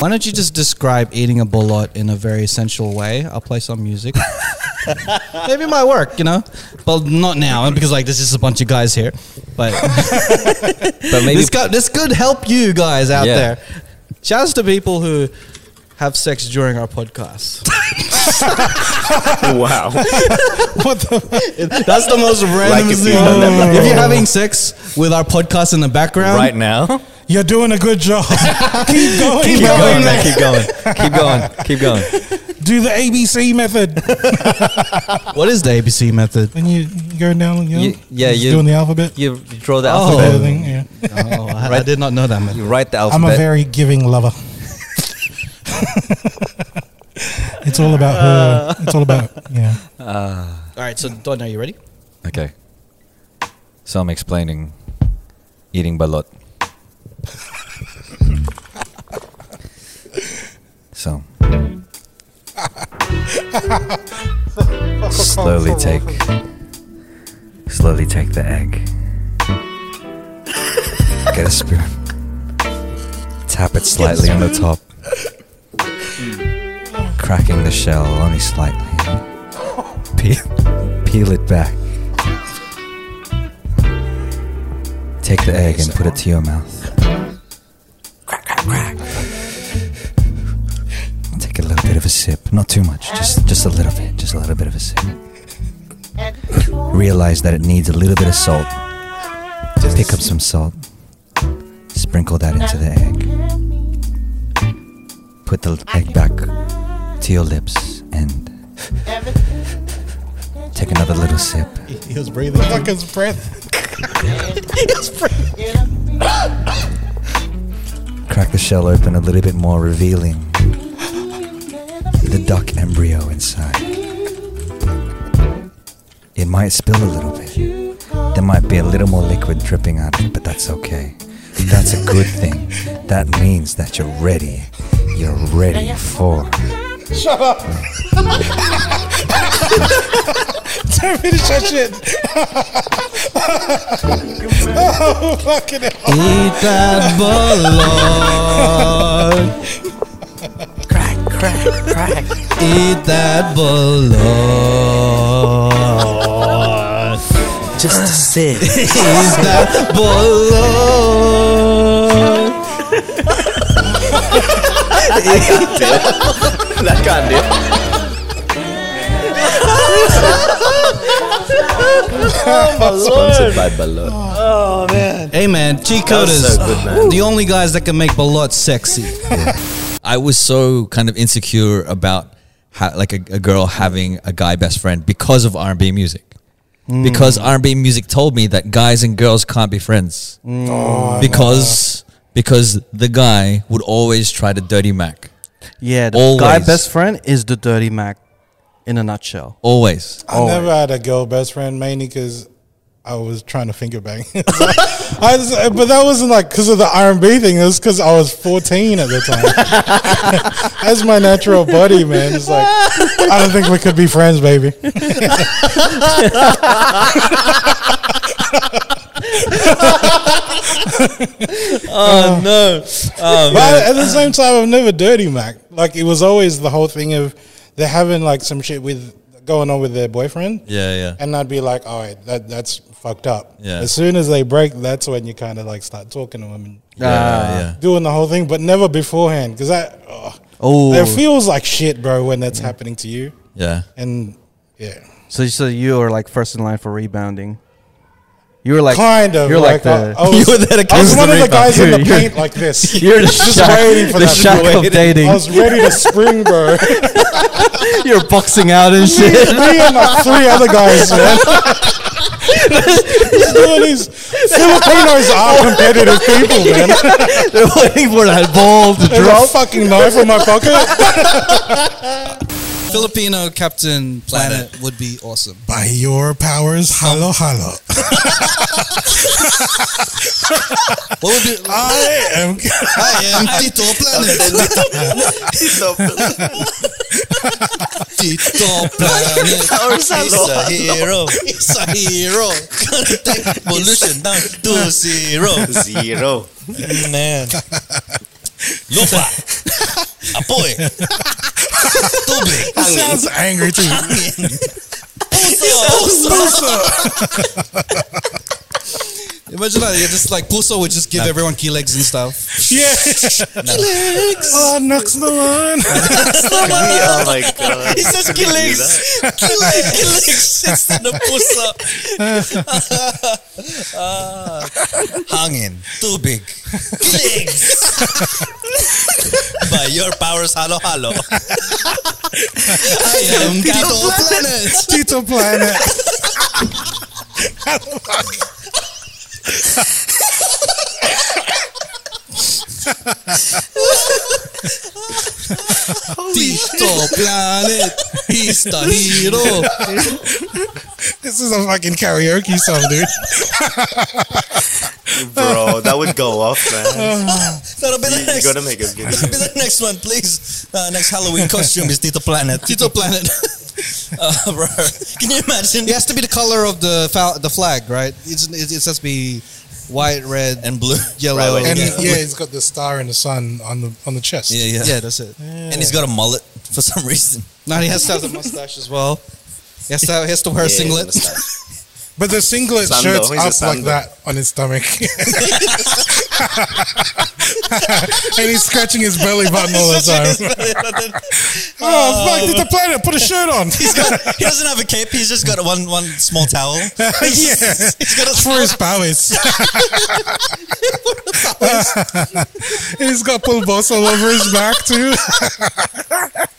Why don't you just describe eating a bullet in a very sensual way? I'll play some music. Maybe it might work, you know, but not now because like there's just a bunch of guys here. But But maybe this, co- this could help you guys out Yeah. there. Shouts to people who have sex during our podcast. wow. That's the most random if you thing. done that if you're having sex with our podcast in the background, right now. You're doing a good job. keep going. Keep man. going, man. Keep going. Keep going. Keep going. Do the ABC method. what is the ABC method? When you go down, you know, You- yeah, just you- doing the alphabet. You draw the Oh. That alphabet. thing, yeah. Oh, I, I Right. did not know that You method. write the I'm alphabet. a very giving lover. it's all about her. It's all about yeah. All right, so Don, are you ready? okay. So I'm explaining eating balot. so slowly take slowly take the egg. Get a spoon. Tap it slightly on the top. Cracking the shell only slightly. Peel, peel it back. Take the egg and put it to your mouth. Crack, crack, crack. Take a little bit of a sip. Not too much, just, just a little bit. Just a little bit of a sip. Realize that it needs a little bit of salt. Pick up some salt. Sprinkle that into the egg. Put the egg back to your lips and take another little sip. He was breathing. Fuck his breath. Crack the shell open a little bit more, revealing the duck embryo inside. It might spill a little bit. There might be a little more liquid dripping out, but that's okay. That's a good thing. That means that you're ready. You're ready for. Tell me to shut shit. oh fucking hell. Eat that bolog. Crack, crack, crack. Eat that bolog. Just a sip. Eat that bolog. that can't do it. Sponsored by Balot. Hey man, cheat coders. was so good, man. The only guys that can make bolot sexy. I was so kind of insecure about ha- like a, a girl having a guy best friend because of R and B music. Because Hmm. R and B music told me that guys and girls can't be friends Hmm. Oh, because because the guy would always try to dirty Mac Yeah, the Always. guy best friend is the dirty Mac in a nutshell. always. I never had a girl best friend mainly because I was trying to finger bang. I was, but that wasn't like because of the R and B thing. It was because I was fourteen at the time. That's my natural body, man. It's like I don't think we could be friends, baby. Oh no! Oh, But at the same time, I've never dirty Mac. Like it was always the whole thing of they're having like some shit with going on with their boyfriend. Yeah, yeah. And I'd be like, all right, that that's fucked up. Yeah. As soon as they break, that's when you kind of like start talking to them and yeah, yeah. doing the whole thing, but never beforehand because that oh, Oh. that feels like shit, bro, when that's happening to you. Yeah. And yeah, So, so you are like first in line for rebounding. You were like kind of. You're like, I- the I, was, You were there to I catch was the one of the rebound. guys in the You're- you're- paint like this. you're the just Shaq- waiting for the that. Shaq of Waiting. dating. I was ready to spring, bro. you're boxing out and shit. Me and like three other guys, man. Just doing these Filipinos are competitive people, man. They're waiting for that ball to There's a fucking knife in my pocket. Filipino Captain Planet would be awesome. By your powers, hello, hello. What would be? ah, I am. I am Tito Planet. Tito Planet. He's a hero. He's a hero. Gonna take pollution down to zero. Zero. Man. Lupa. Ah, boy. Too big. He sounds angry too. Imagine that you're just like Puso would just give everyone key legs and stuff. yeah. Legs. Oh, knocks the line. oh my god. He says kill legs, kill legs, kill legs. It's in the puss Hung in. Too big. Kill legs. By your powers, halo halo. I am Gato Planet. Tito Planet. Tito Planet, he's the hero. This is a fucking karaoke song, dude. Oh, Bro, that would go off, man. That'll be the You, you next. gotta make a video. That'll be the next one, please. Uh, next Halloween costume is Tito Planet. Tito Planet. Uh, bro, can you imagine? It has to be the color of the fa- the flag, right? It's, it, it has to be white, red, And blue. yellow. Right, like- And yeah. yeah, he's got the star and the sun on the on the chest. Yeah, yeah, yeah, that's it. And he's got a mullet for some reason. No, he has to have the mustache as well. He has to, have, he has to wear a singlet. But the singlet Sando, shirt's he's a up like Sando. that on his stomach. and he's scratching his belly button all the time. Oh, fuck, did the planet put a shirt on? He's got, he doesn't have a cape. He's just got one one small towel. yeah. He's got a For his powers. and he's got pulbos all over his back, too.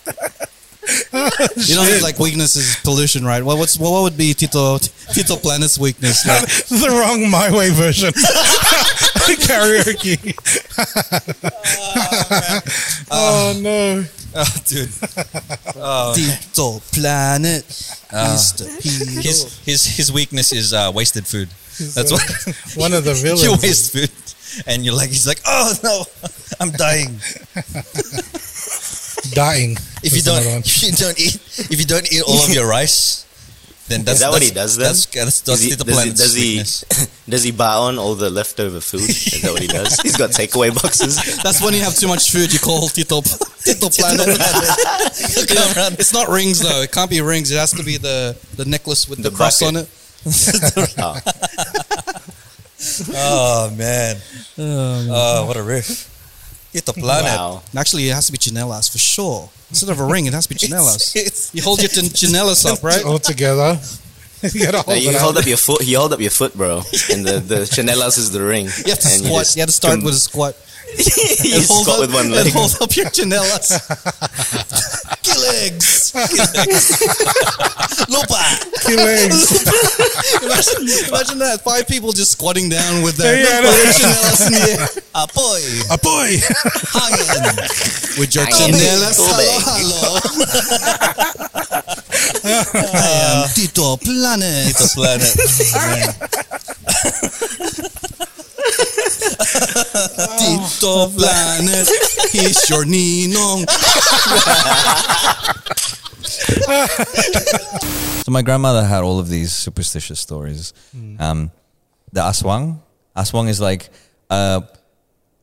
You know, his like weakness is pollution, right? What what's what would be Tito Tito Planet's weakness? Like, the wrong My Way version. Karaoke. oh, no. Oh, dude, Oh. Tito Planet is the hero. Uh, his his his weakness is uh, wasted food. That's uh, why One of the villains. you waste food, and you're like he's like, oh no, I'm dying. Dying. If you is another don't one. if you don't eat if you don't eat all of your rice, then that's Is that that's, what he does then? That's that's, that's Does he- the does he- planet's does he- weakness. Does he buy on all the leftover food? Is that what he does? He's got takeaway boxes. That's when you have too much food. You call Tito Tito Planet. Come around. It's not rings though. It can't be rings. It has to be the the necklace with the, The cross bracket. on it. Oh, Oh man, oh what a riff! Eat the planet. wow. And actually, it has to be Chanelas for sure. Instead of a ring, it has to be Chanelas. It's- You hold your chin- Chanelas up, right? Oh, All together. you gotta No, hold you it hold up. up your foot. You hold up your foot, bro. And the the chanelas is the ring. You have to and squat. just You have to start com- with a squat. you and hold squat up, with one and leg. hold up your Chanelas. Legs, lupa. Your legs. imagine, imagine that. Five people just squatting down with their, Yeah, I know. with their Chanelas in the air. apoy, A boy. hangin, With your Hanging. Chanelas. Ube. Hello, hello. I am Tito Planet. the planet. Tito Planet, he's your ninong. So my grandmother had all of these superstitious stories. Um, the aswang, aswang is like, uh,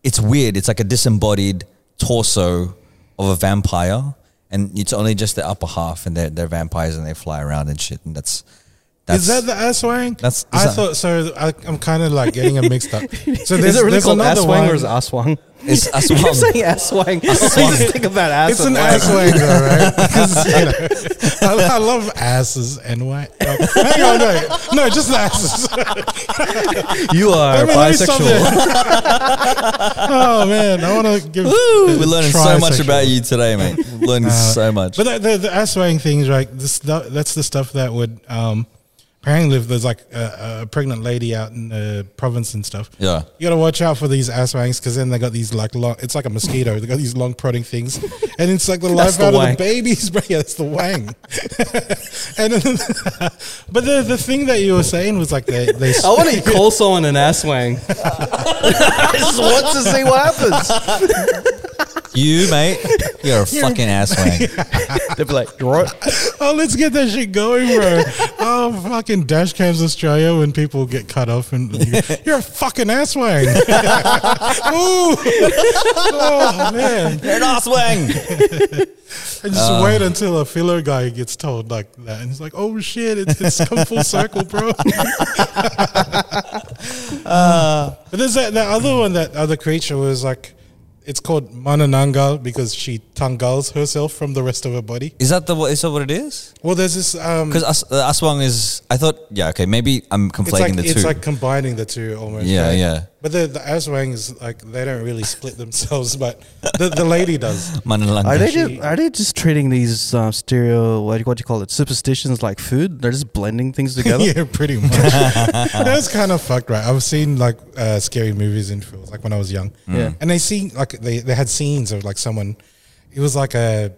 it's weird. It's like a disembodied torso of a vampire, and it's only just the upper half, and they're they're vampires and they fly around and shit. And that's that's Is that the ass wang? That's- is I that- thought so. I, I'm kind of like getting it mixed up. So there's, there's another one. Aswang? it's aswang. You're saying asswang. I just think about ass. It's an ass wang, though, right? 'Cause, you know, I, I love asses and wang. Oh, hang on, no, no, just the asses. You are Wait, wait, let me stop there. oh man, I want to give. We're learning so much about you today, mate. learning so much. But the, the, the ass wearing things, like this, that, that's the stuff that would um, apparently if there's like a, a pregnant lady out in the province and stuff. Yeah. you gotta watch out for these ass wangs because then they got these like long. It's like a mosquito. they got these long prodding things, and it's like the life That's out the of wang. the babies, bro. Yeah, that's the wang. and then, but the the thing that you were saying was like they they. I want to call someone an asswang. I just want to see what happens. You, mate, you're a fucking ass wank. They'd be like, "You're right." Oh, let's get that shit going, bro. oh, fucking dash cams Australia when people get cut off and you, you're a fucking asswang. Ooh. Oh, man. You're an ass wank. I just wait until a filler guy gets told like that. And he's like, oh, shit, it's, it's come full circle, bro. But there's that, that other one, that other creature was like, it's called Mananangal because she tangals herself from the rest of her body. Is that the what? Is that what it is? Well, there's this. Um, Because as, uh, aswang is, I thought, yeah, okay, maybe I'm conflating it's like the two. it's like combining the two almost. Yeah, right? yeah. But the the Aswangs like they don't really split themselves, but the, the lady does. Manalanga. Are they just, are they just treating these uh, stereo what do, you, what do you call it superstitions like food? They're just blending things together. yeah, pretty much. That's kind of fucked, right? I've seen like uh, scary movies and films like when I was young. Yeah. and they see like they they had scenes of like someone. It was like a.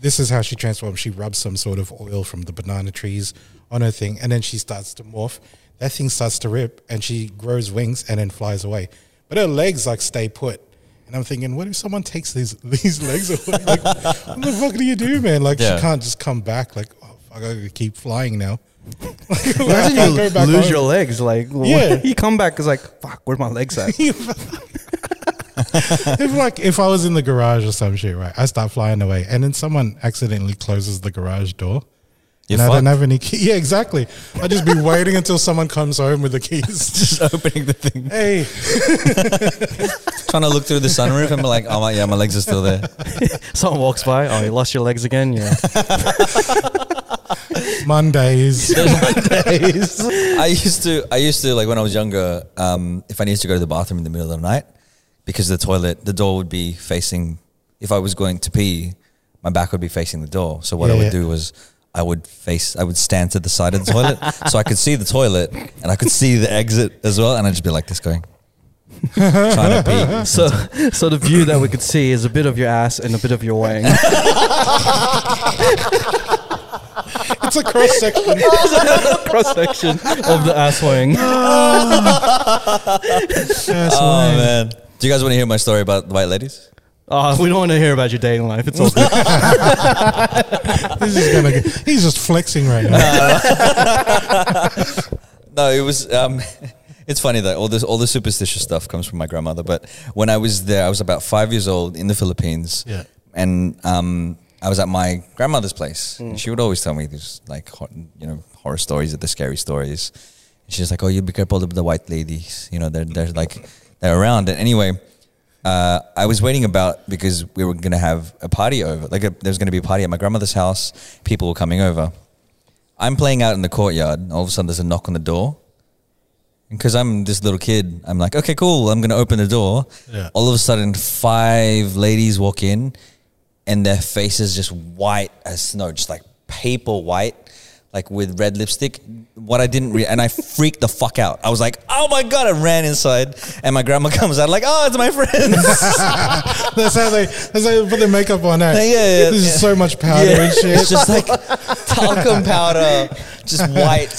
This is how she transforms. She rubs some sort of oil from the banana trees on her thing, and then she starts to morph. That thing starts to rip, and she grows wings and then flies away. But her legs like stay put. And I'm thinking, what if someone takes these these legs away? Like, what the fuck do you do, man? Like, Yeah. she can't just come back. Like, oh, fuck, I gotta keep flying now. Like, Imagine I you go lose back home. your legs. Like, Yeah. you come back, it's like, fuck, where my legs at? if like if I was in the garage or some shit, right? I start flying away, and then someone accidentally closes the garage door. You're and I don't fucked. have any key. Yeah, exactly. I'd just be waiting until someone comes home with the keys. just opening the thing, hey, trying to look through the sunroof, and be like, "Oh my, yeah, my legs are still there." Someone walks by. Oh, you lost your legs again. Yeah. Mondays. I used to, I used to like when I was younger. Um, if I needed to go to the bathroom in the middle of the night, because the toilet, the door would be facing. If I was going to pee, my back would be facing the door. So what I Yeah, would yeah. do was. I would face. I would stand to the side of the toilet, so I could see the toilet and I could see the exit as well. And I'd just be like this, going trying to pee. So, so the view that we could see is a bit of your ass and a bit of your wang. it's a cross section. Cross section of the ass wang. Oh man! Do you guys want to hear my story about the white ladies? Oh, we don't want to hear about your dating life. It's all good. This is gonna. Get, he's just flexing right now. No, it was. Um, it's funny that all this, all the superstitious stuff comes from my grandmother. But when I was there, I was about five years old in the Philippines. Yeah. and um, I was at my grandmother's place. And she would always tell me these like hor- you know horror stories, the scary stories. She's like, "Oh, you be careful of the white ladies. You know, they're they're like they're around." And anyway, uh, I was waiting about because we were gonna have a party over. Like a, there was gonna be a party at my grandmother's house. People were coming over. I'm playing out in the courtyard. And all of a sudden, there's a knock on the door. Because I'm this little kid, I'm like, okay, cool. I'm gonna open the door. Yeah. All of a sudden, five ladies walk in, and their faces just white as snow, just like paper white, like with red lipstick. What I didn't re and I freaked the fuck out. I was like, oh my god! I ran inside, and my grandma comes out like, oh, it's my friends. that's how they. That's how they put their makeup on. eh? Yeah, yeah, yeah. This is so much powder Yeah. and shit. It's just like talcum powder, just white.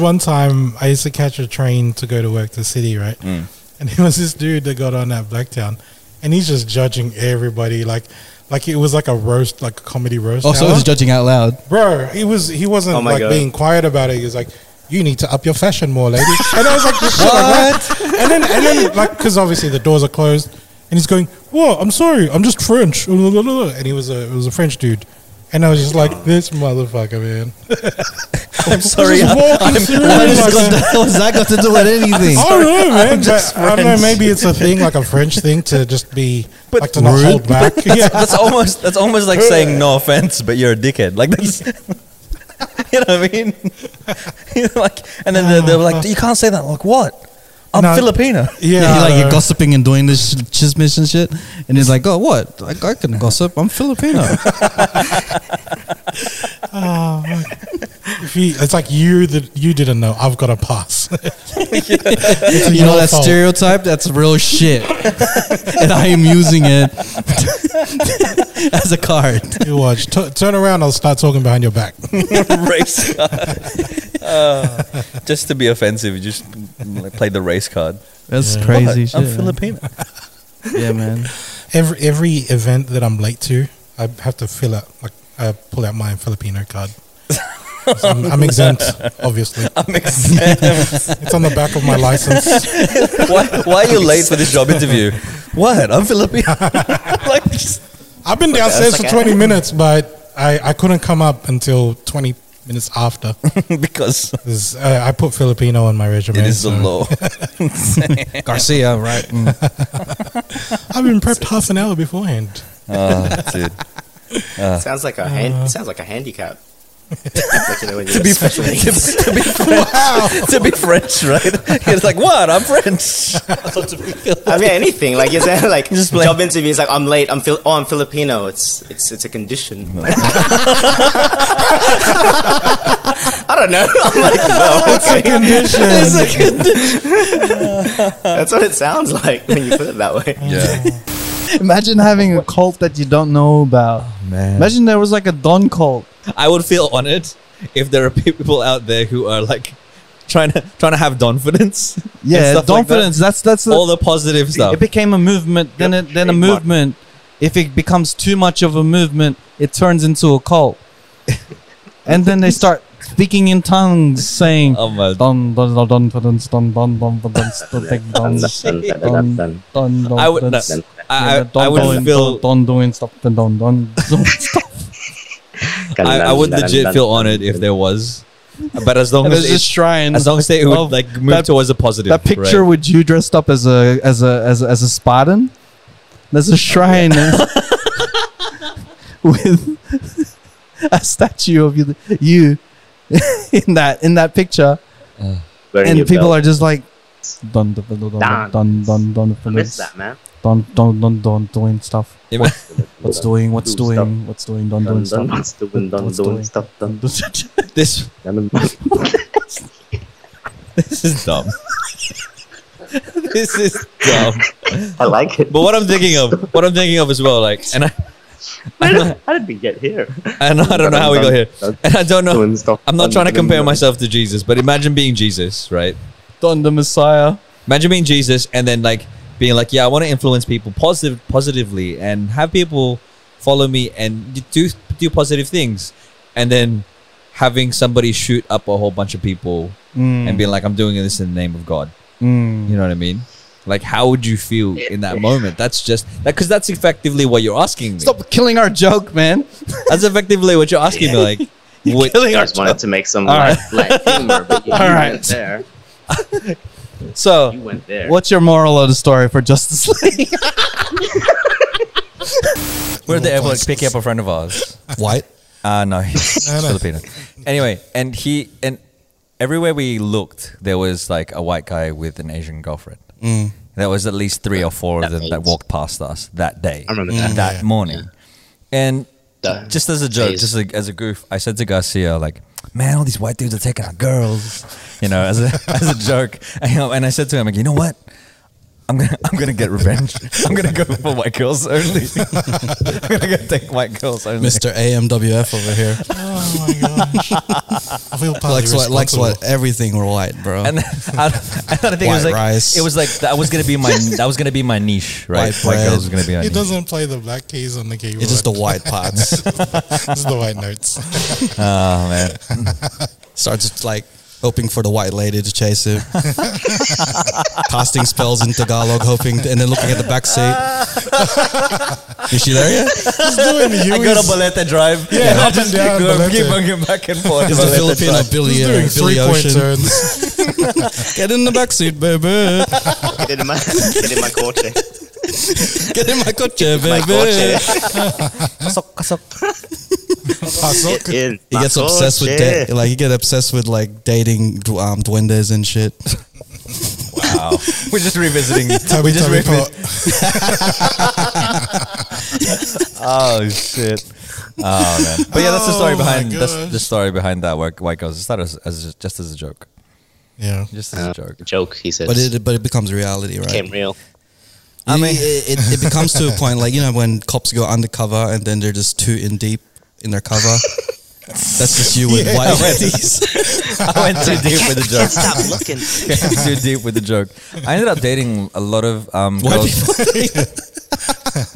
One time, I used to catch a train to go to work to city, right? And there was this dude that got on at Blacktown, and he's just judging everybody like, like it was like a roast, like a comedy roast. Oh, Also, hour. he's judging out loud. bro, he was he wasn't Oh my like God. being quiet about it. He was like. You need to up your fashion more, lady. And I was like, just shit like that. And then, and then, like, because obviously the doors are closed, and he's going, "Whoa, I'm sorry, I'm just French." And he was a it was a French dude, and I was just like, "This motherfucker, man." I'm sorry. Just walking through, like- What's that got to do with anything? I don't know, man. just but I don't know. French. Maybe it's a thing, like a French thing, to just be like to not hold back. yeah, That's almost that's almost like saying no offense, but you're a dickhead. Like that's you know what I mean. You know, like, and then they're, they're like, you can't say that. Like what? I'm No. Filipino. yeah. You're I like you're know. gossiping and doing this sh- chismis and shit, and he's like, "Oh, what? I, I can gossip. I'm Filipino." If you- it's like you that you didn't know. I've got a pass. It's you know your that fault. stereotype? That's real shit, and I am using it as a card. You watch. T- turn around. I'll start talking behind your back. race card. Uh, just to be offensive, you just like, play the race card. That's crazy What? shit. I'm man. Filipino. Yeah, man. every every event that I'm late to, I have to fill out like I pull out my Filipino card. So I'm, I'm exempt, obviously. I'm exempt. It's on the back of my license. why, why are you late for this job interview? What? I'm Filipino. like, just- I've been downstairs that's for like 20 minutes, but I, I couldn't come up until 20 minutes after. because 'Cause, uh, I put Filipino on my resume. it is the so- law. Garcia, right? Mm. I've been prepped half an hour beforehand. Oh, dude. sounds like a hand. sounds like a handicap. like, you know, when you're special needs. to be French, to be French, right? It's like what? I'm French. I mean anything like you said like Just play. job interviews like I'm late I'm Fil- oh I'm Filipino it's it's it's a condition I don't know I'm like no okay. It's a good- that's what it sounds like when you put it that way yeah, Imagine having a cult that you don't know about. man. Imagine there was like a Don cult. I would feel honored if there are people out there who are like trying to trying to have confidence. and Yeah, stuff like that. confidence. that's that's the- All the positive stuff. It became a movement. Then it, then a trademark. movement. If it becomes too much of a movement, it turns into a cult. and then they start speaking in tongues, saying. Oh my! Dun, dun, dun, dun, dun, dun, dun, dun, dun, dun, dun, dun, dun, dun, dun, dun, dun, dun, I would no, dun, I, I, dun, dun, I dun, would feel dun, dun, doing stuff, dun, dun, dun, dun, stop. I, I would legit feel honored if there was, but as long And as there's it, this shrine. as long as they of would like move that- towards the positive. That picture right? with you dressed up as a as a as a, as a Spartan. There's a shrine with a statue of you, you in that in that picture, and people are just like. Dun dun dun dun dun dun dun I dun miss that man dun dun dun dun doing stuff. Ima- What's doing? What's Do stuff. doing? What's doing? Dun dun doing dun stuff. dun dun What's dun doing? stuff dun this dun this is dumb. this is dumb. I like it But what I'm thinking of, what I'm thinking of as well, like, and I, how did we get here and I don't know how we got here, and I don't know. I'm not trying to compare myself. myself to Jesus, but imagine being Jesus, right? Dun the Messiah. Imagine being Jesus and then like being like, yeah, I want to influence people positive, positively, and have people follow me and d- do do positive things, and then having somebody shoot up a whole bunch of people and being like, I'm doing this in the name of God. You know what I mean? Like, how would you feel in that moment? That's just that because that's effectively what you're asking me. Stop killing our joke, man. That's effectively what you're asking me. Like, what, I just wanted to make some right. like, black humor but you, you right. went there So, you went there what's your moral of the story for Justice League? we're at the airport picking up a friend of ours. White. Uh, no, he's No, no. Filipino. Anyway, and he and everywhere we looked, there was like a white guy with an Asian girlfriend. Mm. There was at least three or four of them that phase. walked past us that day. I remember that. that morning, and That just as a joke, phase. just a, as a goof, I said to Garcia like. Man, all these white dudes are taking our girls, you know, as a, as a joke. And, you know, and I said to him, like, you know what? I'm gonna I'm gonna get revenge. I'm gonna go for white girls only. I'm gonna go take white girls only. Mr. AMWF over here. Oh my gosh. I feel Likes partly what? Likes responsible. what? Everything white, bro. and then- I, I don't think it was White like rice. it was like that was gonna be my that was gonna be my niche, right? White White, bread. girls was gonna be my It niche. doesn't play the black keys on the keyboard. it's just the white parts. It's the white notes. Oh man, Starts just, like hoping for the white lady to chase him. Casting spells in Tagalog, hoping, and then looking at the back seat. Is she there yet? It's doing the I got a Boleta drive. Yeah, up and down Go- Boleta. keep on going back and forth. Is the Boleta Filipino drive. Billy, He's uh, doing Billy three point Ocean? turns. Get in the back seat, baby. Mm. get in my get in my culture Get in my coche, my baby. culture Kasok, kasok. Pasok. in He my gets obsessed with culture. da- like he gets obsessed with like dating du- um, duendes and shit. Wow, we're just revisiting. Tubby we're just Tubby revi- Pop. Oh shit. Oh man, but yeah, that's the story Oh, my behind that's gosh. the story behind that white, white girls. It started as, as just as a joke, Yeah. just as Uh, a joke. joke he says But it but it becomes reality, right? became real I mean, it, it, it becomes to a point like you know when cops go undercover and then they're just too in deep in their cover. That's just you with white ladies. I went too deep with the joke. stop looking Went too deep with the joke. I ended up dating a lot of um, girls.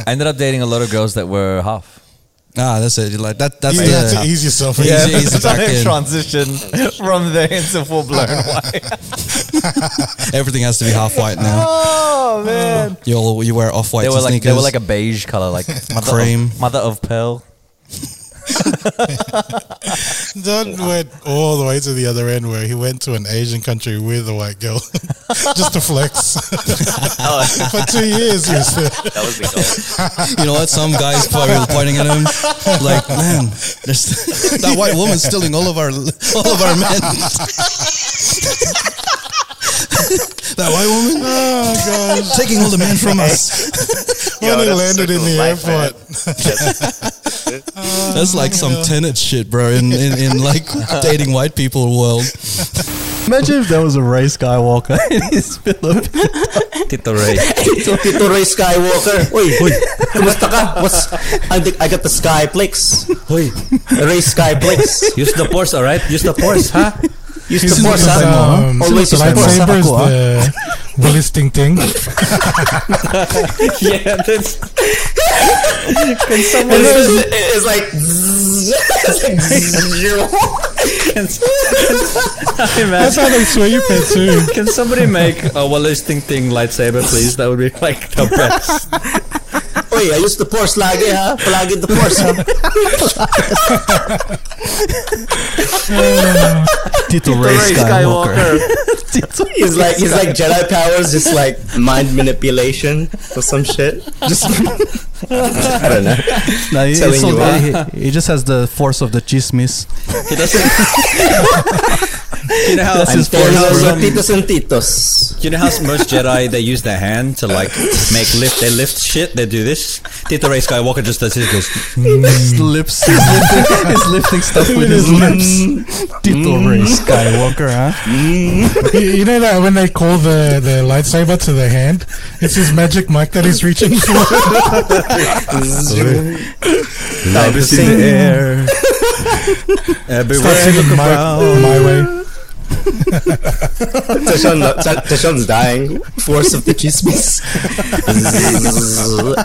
I ended up dating a lot of girls that were half. Ah, that's it. You're Like that. That's You the have to ease yourself. Yeah. into it. easy back in. transition from there into full blown white. everything has to be half white now. Oh man, you all you wear off white They were sneakers. like they were like a beige color, like mother Cream. of, mother of pearl. Don went all the way to the other end where he went to an Asian country with a white girl just to flex. For two years, he was there. Oh, That was the goal. you know what? Some guys probably were pointing at him like, man, there's, that white woman's stealing all of our all of our men. that white woman, oh gosh, taking all the men from us. when Yo, he Oh, that's landed in circle of the life, man. airport. That's like some tenant shit, bro. In, in in like dating white people world. Imagine if there was a Ray Skywalker in his film. Tito Ray. Tito Ray Skywalker. Uy, uy. Kumusta ka? What's, I, think I got the Skyplex. Uy. Ray Skyplex. Use the force, all right? Use the force, huh? Use He's the force, using the, huh? um, Always the use the force. lightsaber is the ballistic thing. yeah, that's And it's, just- it's like... it's like That's how they swear you pet too. Can somebody make a Wallace Ting Ting lightsaber, please? That would be like the best. Uy, Oh, I use the force lagi, ha? Palagi the force, ha? Tito Ray Ray Skywalker. He's like, he's like Jedi powers, just like mind manipulation or some shit. Just... I don't know. No, he, Telling it's so you good. he, he just has the force of the chismis. He doesn't. you know how his Pero force, los bro. titos and titos. you know how most Jedi they use their hand to like make lift. They lift shit. They do this. Tito Ray Skywalker just does his goes. His lips. He's lifting, he's lifting stuff with his Mm. lips. Tito Ray Skywalker, huh? You you know that when they call the, the lightsaber to the hand, it's his magic mic that he's reaching for. Love is in the air. Start Everywhere. singing my, my way. Tashan, Tashan's dying. Force of the chismis.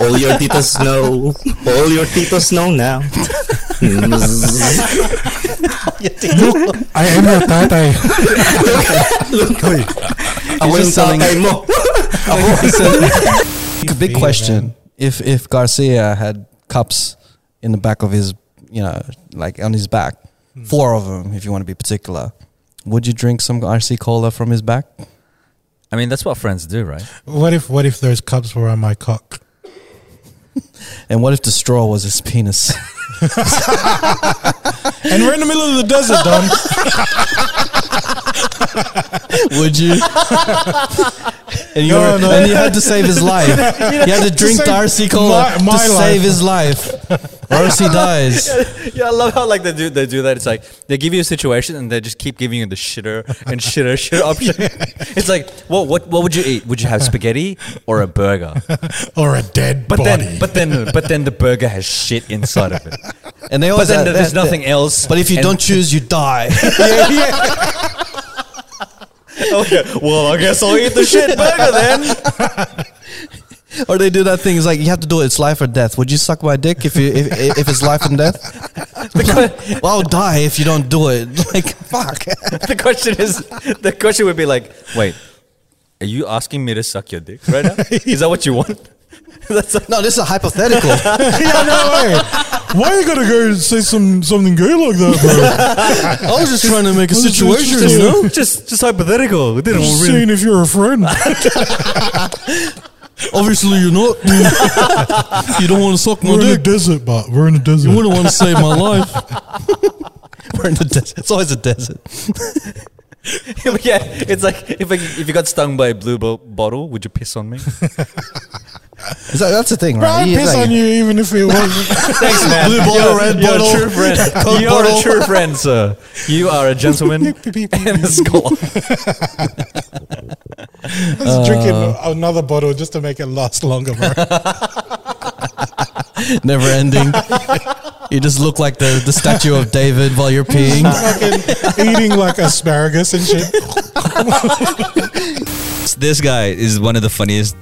All your titos know. All your titos know now. Look, I am your tatay. Ako yung tatay mo. Big question. If if Garcia had cups in the back of his, you know, like on his back, four of them, if you want to be particular, would you drink some RC cola from his back? I mean, that's what friends do, right? What if what if those cups were on my cock? And what if the straw was his penis? And we're in the middle of the desert, Don. Would you? and you No, were- no. and you had to save his life. You had to drink save Darcy Cola my- my to life. save his life, or else he dies. Yeah, I love how like they do they do that. It's like they give you a situation and they just keep giving you the shitter and shitter shitter option. It's like, what what what would you eat? Would you have spaghetti or a burger? Or a dead But body. then but then but then the burger has shit inside of it. And they But always then that- there's that- nothing else. But if you and- don't choose, you die. okay, well, I guess I'll eat the shit burger then. or they do that thing. It's like you have to do it. It's life or death. Would you suck my dick if you if, if if it's life and death? well, I'll die if you don't do it. Like fuck. The question is, the question would be like, wait, are you asking me to suck your dick right now? Is that what you want? That's like, No, this is a hypothetical. yeah, no way. Why you gotta go and say some something gay like that, I was just trying to make a just- situation. just- you know? just just hypothetical. It bro? didn't I'm just really seeing if you're a friend. Obviously, you're not. you don't want to suck my We're in a dick. desert, but we're in a desert. You wouldn't want to save my life. We're in the desert. It's always a desert. yeah, it's like if I, if you got stung by a blue bo- bottle, would you piss on me? that's the thing, Bro, I'd piss on you even if it was Thanks, man. Blue bottle, red you're bottle, a true friend. Coke you're bottle. a true friend, sir. You are a gentleman and a scholar. I was drinking another bottle just to make it last longer, bro. Never ending. You just look like the, the statue of David while you're peeing. Fucking eating like asparagus and shit. This guy is one of the funniest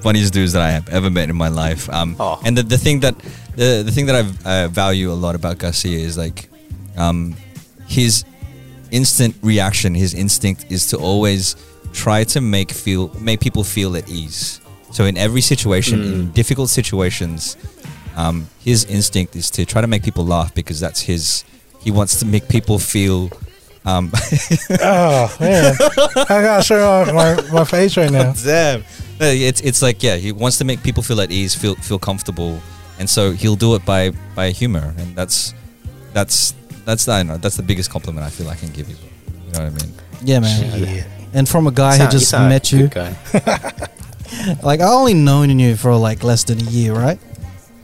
funniest dudes that I have ever met in my life. Um, And the, the thing that the, the thing that I've, I value a lot about Garcia is like um, his instant reaction, his instinct is to always try to make feel make people feel at ease. So in every situation, in difficult situations, um, his instinct is to try to make people laugh because that's his. He wants to make people feel. Um, Oh man, I gotta show off my, my face right now. Damn. No, It's it's like yeah, he wants to make people feel at ease, feel feel comfortable, and so he'll do it by by humor, and that's that's that's I don't know, that's the biggest compliment I feel I can give you. You know what I mean? Yeah, man. And from a guy who just met you, like I only known you for like less than a year, right?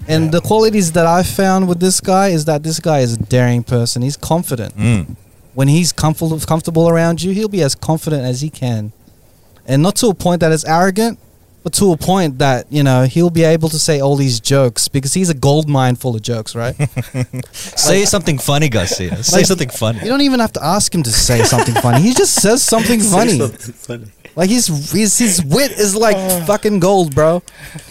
And the qualities that I found with this guy is that this guy is a daring person. He's confident. Mm. When he's comfortable comfortable around you, he'll be as confident as he can, and not to a point that is arrogant, but to a point that you know he'll be able to say all these jokes because he's a gold mine full of jokes, right? Say something funny, Garcia. Say Like- something funny. You don't even have to ask him to say something funny. He just says something funny. Like his his, his wit is like Oh. fucking gold, bro.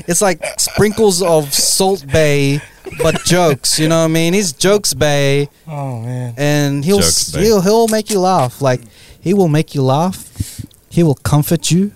It's like sprinkles of salt bay, but jokes. You know what I mean? He's jokes bay, Oh man, and he'll Jokes bay. he'll, he'll make you laugh. Like he will make you laugh. He will comfort you.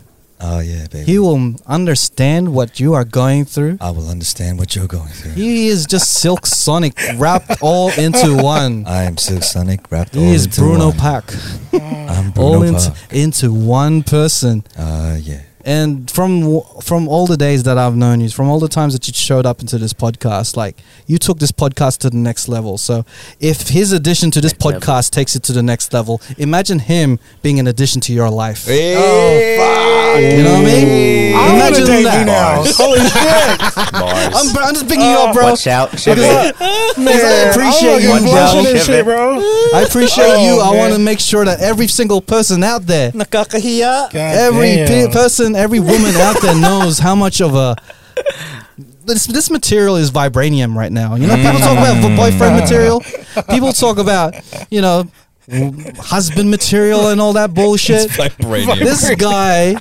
Oh, yeah, baby. He will understand what you are going through. I will understand what you're going through. He is just Silk Sonic wrapped all into one. I am Silk Sonic wrapped all He is into Bruno one. Pack. I'm Bruno all into Park. into one person. Uh, yeah. And from w- from all the days that I've known you, from all the times that you showed up into this podcast, like you took this podcast to the next level. So if his addition to this podcast takes it to the next level, imagine him being an addition to your life. Oh, You know what I mean? I'm gonna Imagine date that. you now. Holy shit! Bars. I'm, I'm just picking you up, bro. Watch out, Shibby. I appreciate you, Watch bro. out, This shit, Shibby. bro. I appreciate Oh, you. I man. want to make sure that every single person out there God every damn. pe- person, every woman out there knows how much of a this this material is vibranium right now. You know, people talk about Mm. b- boyfriend material. People talk about you know husband material and all that bullshit. Like radio. This guy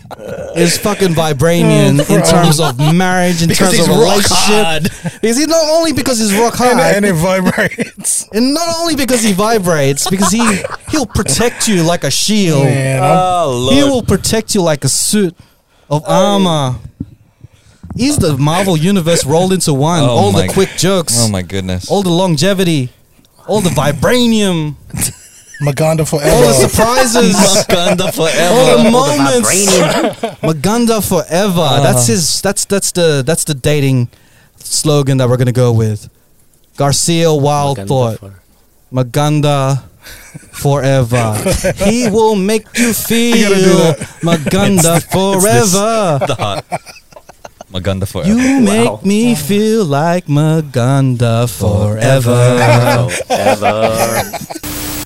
is fucking vibranium in terms of marriage, in terms of relationship. Because he's not only because he's rock hard, And, and it vibrates. and not only because he vibrates, because he he'll protect you like a shield. Man, I'm He will protect you like a suit of Oh. armor. He's the Marvel Universe rolled into one. Oh all the my- quick jokes, oh my goodness. all the longevity, all the vibranium, Maganda all the forever. surprises, Wakanda forever. all the moments. Maganda forever. That's his. That's that's the that's the dating slogan that we're gonna go with. Garcia Wild Thought. Maganda forever. he will make you feel Maganda forever. The heart. Maganda forever. You make me feel like Maganda forever.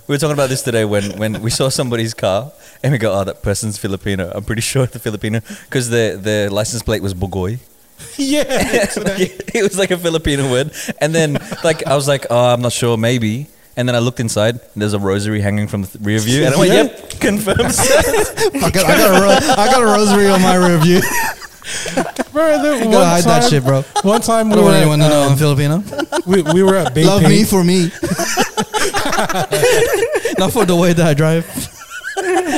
We were talking about this today when, when we saw somebody's car and we go, oh, that person's Filipino. I'm pretty sure the Filipino because the, the license plate was Bogoy. Yeah, it was like a Filipino word. And then, like, I was like, oh, I'm not sure, maybe. And then I looked inside, and there's a rosary hanging from the rear view. And I went, Yeah. yep, confirms. I, got, I, got a ro- I got a rosary on my review. Bro, the one You gotta hide that time- shit, bro. One time we I don't were, want at, anyone to know I'm um, Filipino. we, we were at BP. Love me for me. Not for the way that I drive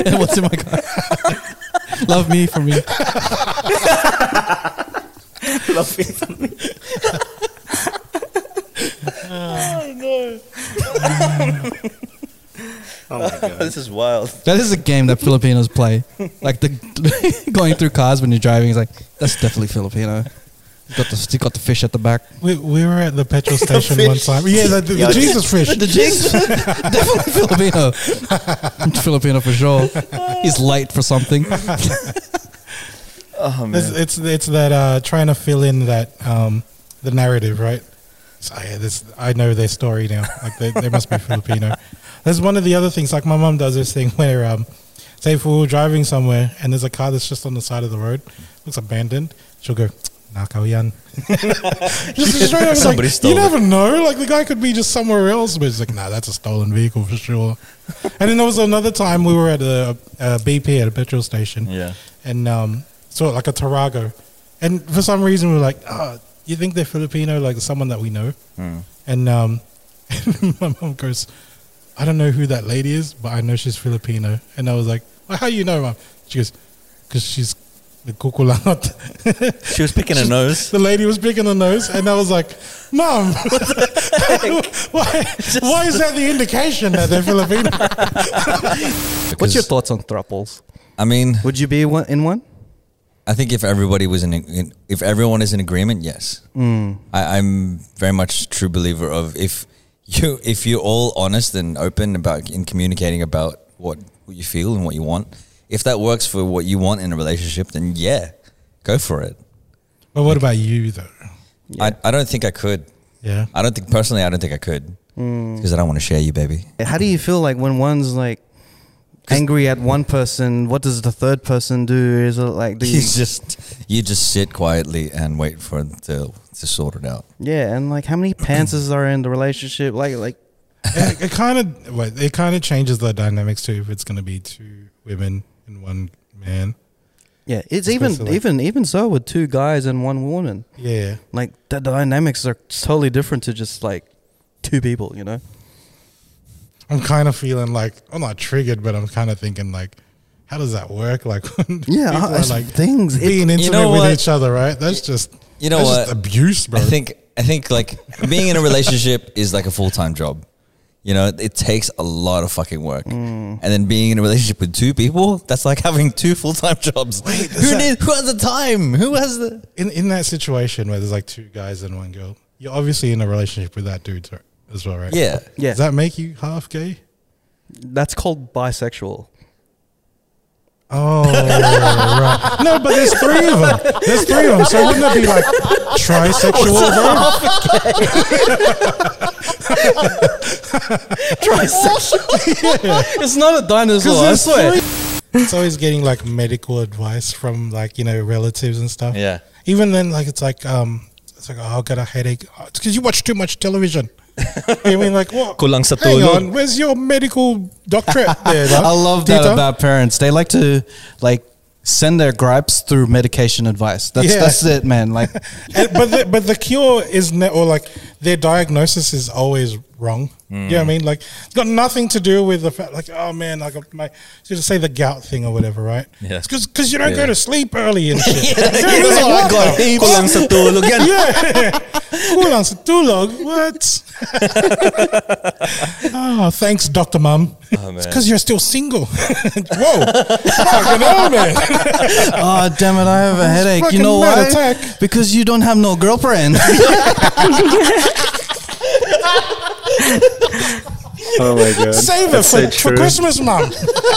and what's in my car. Love me for me. Oh, this is wild. That is a game that Filipinos play. Like the going through cars when you're driving is like that's definitely Filipino. Got the you got the fish at the back. We, we were at the petrol station one time. Yeah, the, the, the Jesus fish. The jinx, definitely Filipino. Filipino for sure. He's late for something. Oh, It's, man. it's it's that uh, trying to fill in that um, the narrative, right? So, yeah, this I know their story now. Like they, they must be Filipino. That's one of the other things. Like my mom does this thing where, um, say, if we were driving somewhere and there's a car that's just on the side of the road, looks abandoned, she'll go. Nakawian. just straight up, it's Somebody like, stole you it. never know. Like the guy could be just somewhere else, but it's like, nah, that's a stolen vehicle for sure. And then there was another time we were at a, a BP at a petrol station, Yeah. and um, saw like a Tarago, And for some reason, we were like, ah, you think they're Filipino, like someone that we know? Hmm. And um, my mom goes, I don't know who that lady is, but I know she's Filipino. And I was like, well, how you know, mom? She goes, because she's the kukulanot. She was picking her nose. the lady was picking her nose, and I was like, mom, why, why is that the indication that they're Filipino? What's your thoughts on thruples? I mean, Would you be one, in one? I think if everybody was in, in if everyone is in agreement, yes. I, I'm very much true believer of if you if you're all honest and open about in communicating about what, what you feel and what you want, if that works for what you want in a relationship, then yeah, go for it. but what about you, though? I, I don't think I could. Yeah. I don't think personally. I don't think I could because I don't want to share you, baby. How do you feel like when one's like angry at one person? What does the third person do? Is it like do You you, just you just sit quietly and wait for it to to sort it out. yeah? And like how many pantsers are in the relationship? Like like it, it kind of well, it kind of changes the dynamics too if it's going to be two women and one man. yeah, it's even Especially- even even so with two guys and one woman. Yeah, Like the dynamics are totally different to just like two people. You know? I'm kind of feeling like I'm not triggered, but I'm kind of thinking like, how does that work? Like, when Yeah, people it's things. It- being intimate know with what? each other, right? That's just You know that's what? just abuse, bro. I think I think like being in a relationship is like a full time job. You know, it takes a lot of fucking work. Mm. And then being in a relationship with two people, that's like having two full time jobs. who, that- need, who has the time? Who has the in in that situation where there's like two guys and one girl, you're obviously in a relationship with that dude too- as well, right? Yeah. Yeah, Does that make you half gay? that's called bisexual. Oh, right. No, but there's three of them. There's three of them. So wouldn't it be like trisexual, bro? It's not a dinosaur. I swear. it's always getting like medical advice from like you know relatives and stuff. Yeah. Even then, like it's like um, it's like oh, I got a headache. Oh, it's because you watch too much television. I mean, like what? Kulang sa Hang tulog. on, where's your medical doctorate? There, I love that Tito? about parents. They like to like send their gripes through medication advice. That's Yeah. that's it, man. Like And- but the, but the cure is ne- or like their diagnosis is always wrong. You know what I mean? Like it's got nothing to do with the fact like oh man, I got my just say the gout thing or whatever, right? Yeah. It's cuz cuz you don't go to sleep early and shit. That's what I got. Kulang sa tulog yan. yeah. Kulang sa tulog. What? oh, thanks, Dr. Mum. Oh, It's because you're still single. Whoa. Fucking hell, man. oh damn it, I have a headache. You fucking know why? mad attack. Because you don't have no girlfriend. Oh my god. Save it That's so for, for true. Christmas, Mum.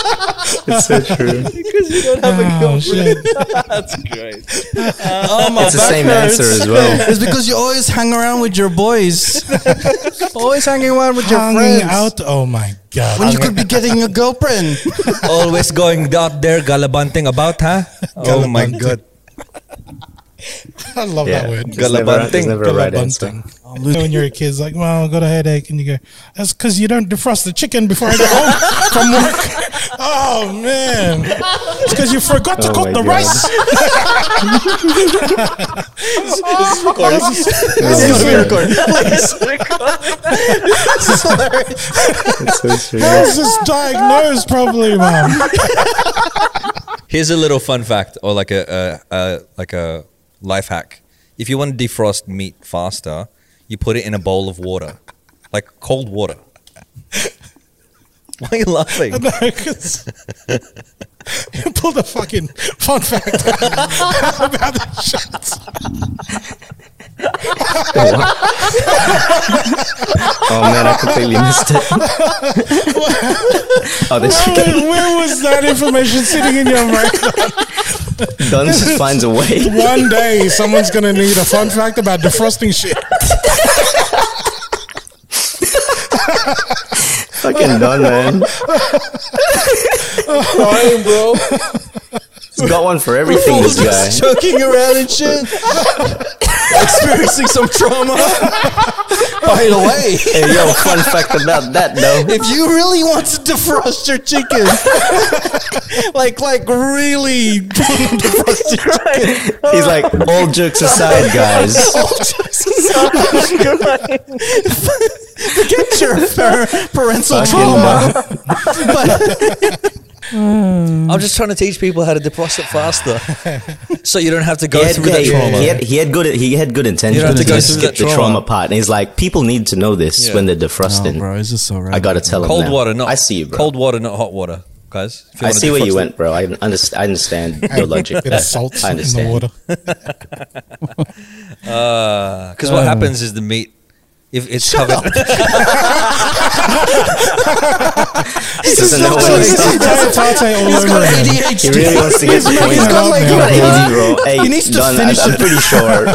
It's so true. Oh, shit. oh my It's the same answer as well. It's because you always hang around with your boys. always hanging around with your Hanging friends. out. Oh, my God. When you could be getting a girlfriend. Always going out there galabanting about, huh? Oh my god. I love Yeah. that word. There's never, there's Galabanteng. never a right answer. Galabanteng. when you're a kid's like, well, I got a headache, and you go, that's because you don't defrost the chicken before I get home from work. Oh man, it's because you forgot to Oh cook my the God. rice. It's so true. How is this diagnosed properly, mom? Here's a little fun fact, or like a, a, a like a life hack. If you want to defrost meat faster, you put it in a bowl of water, like cold water. Why are you laughing? No, because you pulled a fucking fun fact about the shots. Oh man, I completely missed it. oh, this Where, where was that information sitting in your brain? Don just finds a way. One day, someone's gonna need a fun fact about defrosting shit. Fucking Don, man. Crying, bro. He's got one for everything, this guy. Choking around and shit. Experiencing some trauma. right away. Hey, yo, fun fact about that though. if you really want to defrost your chicken, like like really defrost your He's like, all jokes aside, guys. forget your par- Oh, parental Fucking, trauma. uh, I'm just trying to teach people how to defrost it faster, so you don't have to go he had, through that yeah, trauma. He had, he had good he had good intentions. You don't have to to go just through skip that the trauma. part. And he's like, people need to know this Yeah. when they're defrosting. bro, it's just so random. I gotta tell him. Cold now. water, not I see you, bro. Cold water, not hot water, guys. If you I wanna see where you defrost it. went, bro. I understand. I understand your logic. Bit of salt I in the understand. water. Because what Um, happens is the meat, if it's covered, He doesn't know what he's It's entire tartar all over again. He really wants to get the point. he's got like- you got AD, bro. Hey, He needs to Don, finish I, I'm pretty sure.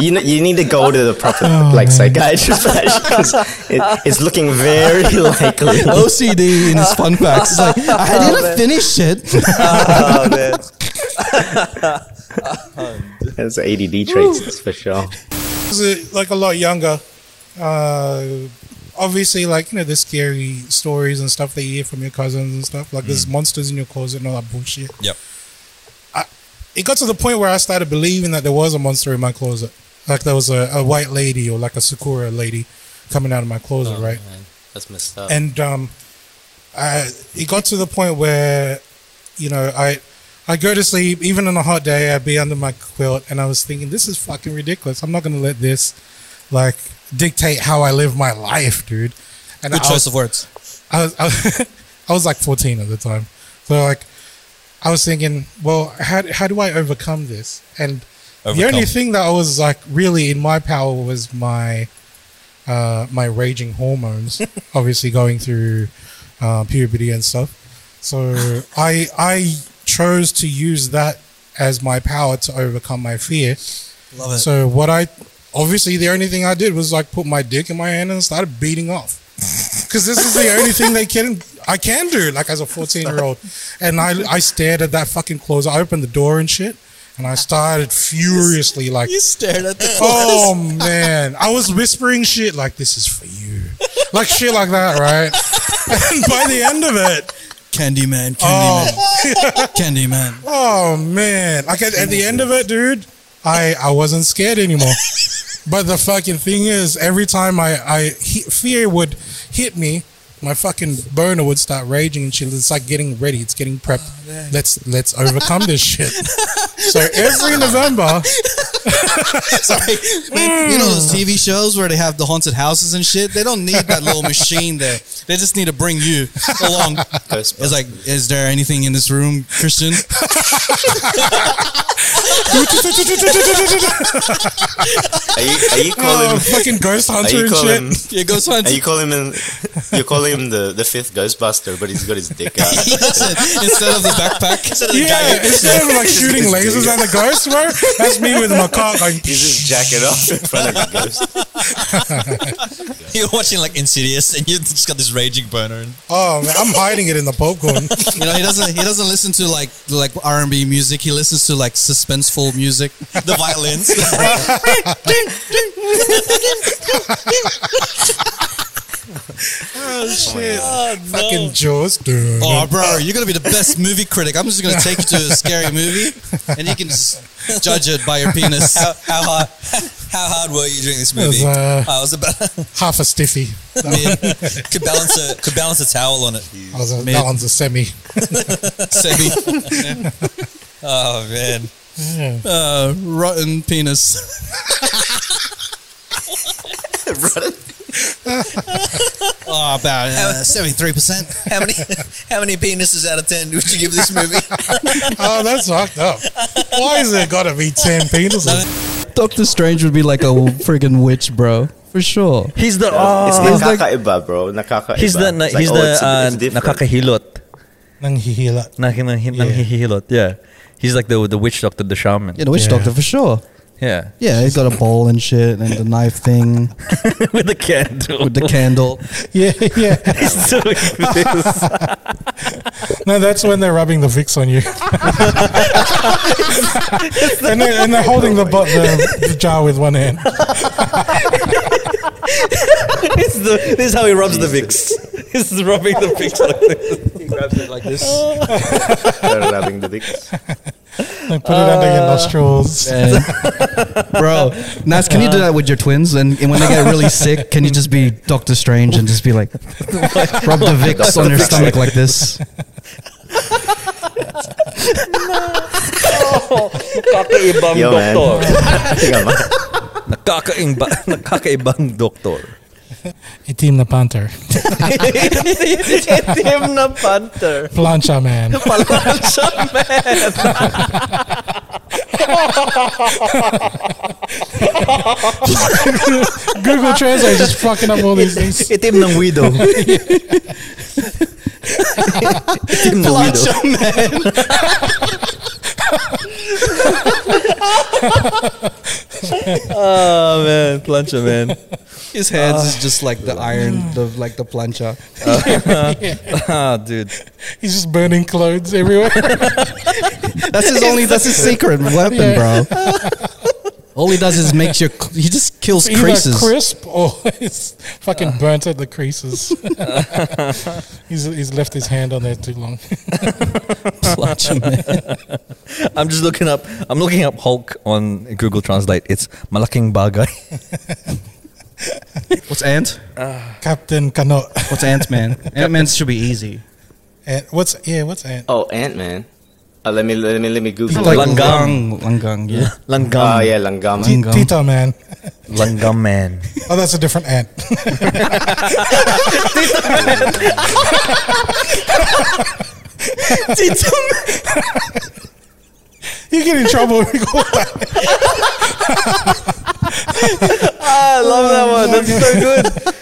You, kn- you need to go to the proper Oh, like psychiatrist. because it, it's looking very likely. Oh, OCD in his fun facts. It's like I didn't finish it. Oh, man. That's ADD traits that's for sure. was uh, like a lot younger. Uh, obviously, like you know the scary stories and stuff that you hear from your cousins and stuff. Like there's monsters in your closet and all that bullshit. Yep. I, it got to the point where I started believing that there was a monster in my closet. Like there was a, a white lady or like a sakura lady coming out of my closet, right? that's messed up. and um, I, it got to the point where, you know, I, I go to sleep even on a hot day. I'd be under my quilt, and I was thinking, this is fucking ridiculous. I'm not gonna let this, like, dictate how I live my life, dude. And Good I was, choice of words. I was, I was, I was like 14 at the time. So like, I was thinking, well, how, how do I overcome this? And the only Overcome. thing that I was like really in my power was my, uh, my raging hormones, obviously going through uh, puberty and stuff. So I, I chose to use that as my power to overcome my fear. Love it. So what I obviously the only thing I did was like put my dick in my hand and started beating off. Cause this is the only thing they can I can do, like as a fourteen year old. And I I stared at that fucking closet. I opened the door and shit and I started furiously like stared at the Oh man. I was whispering shit like this is for you. Like shit like that, right? And by the end of it, Candyman, Candyman, oh, Candyman. Oh man! Like at, at the end of it, dude, I I wasn't scared anymore. but the fucking thing is, every time I I he- fear would hit me, my fucking boner would start raging and shit. It's like getting ready. It's getting prepped. let's let's overcome this shit. so every November, Sorry, man. You know those TV shows where they have the haunted houses and shit. They don't need that little machine there. They just need to bring you along. It's like, is there anything in this room, Christian? Are you, are you oh, calling? fucking ghost Are hunter you and calling? shit. Yeah, go find. Are you calling him? You call him the, the fifth Ghostbuster, but he's got his dick out. Instead of the backpack, Yeah, instead of like shooting It's lasers at the ghosts, bro, that's me with my cock. Like, He's just jacking off in front of the ghost. You're watching like Insidious, and you just got this raging burner. And oh man, I'm hiding it in the popcorn. you know he doesn't. He doesn't listen to like like R and B music. He listens to like suspenseful music. the violins. shit. Fucking Jaws. Dude. Oh, bro, you're gonna be the best movie critic. I'm just gonna take you to a scary movie, and you can just judge it by your penis. how, how hard? How hard were you during this It movie? was, uh, I was about half a stiffy. could balance a could balance a towel on it. That, was a, Mid. that one's a semi. Semi Oh man, uh, rotten penis. oh, about seventy-three percent. how many how many penises out of ten would you give this movie? Oh, that's fucked up. Why is it gotta be ten penises? Doctor Strange would be like a friggin' witch, bro, for sure. he's the it's oh, Nakaka Iba, bro. Nakaka Iba. he's the It's like, he's oh, the it's a- uh, it's different. nakakahilot. Nanghihila. Nakakahilot. Yeah, he's like the the witch doctor, the shaman. Yeah, the witch Yeah. doctor for sure. Yeah, Yeah, he's got a bowl and shit, and the knife thing with the candle. with the candle. Yeah, yeah. He's doing this. No, that's when they're rubbing the Vicks on you. and, they're, and they're holding the, bo- the, the jar with one hand. the, this is how he rubs the Vicks. This is rubbing the Vicks like this. He grabs it like this. They're rubbing the dicks. Like put it under your nostrils. bro. Nas, can you do that with your twins? And, and when they get really sick, can you just be Doctor Strange and just be like, rub the Vicks on their stomach like this? Kakaibang Yo, man. doktor. Teka, ma. Nakakaiba, nakakaibang doktor. Itim na Panther. Itim na panter. Plancha Man. Palansya man. Google Translate is just fucking up all these things. Itim ng widow. Itim ng widow. Oh man, plancha man. His hands is just like the iron, the like the plancha. Ah, dude. He's just burning clothes everywhere. That's his only. That's his secret weapon, Yeah. bro. All he does is makes your. He just kills Either creases. crisp or it's fucking burnt at the creases. he's, he's left his hand on there too long. Plancha man. I'm just looking up. I'm looking up Hulk on Google Translate. It's malaking bagay. What's ant? Captain Cano. What's Ant Man? Ant Man should be easy. Ant, what's yeah? What's Ant? Oh, Ant Man. Oh, let me let me let me Google. Like it. langang, langang, yeah. oh Langgam. yeah, Langam. T- Tito Man. Langgam man. Oh, that's a different ant. You get in trouble. if you call that. I love that one. That's so good. Oh,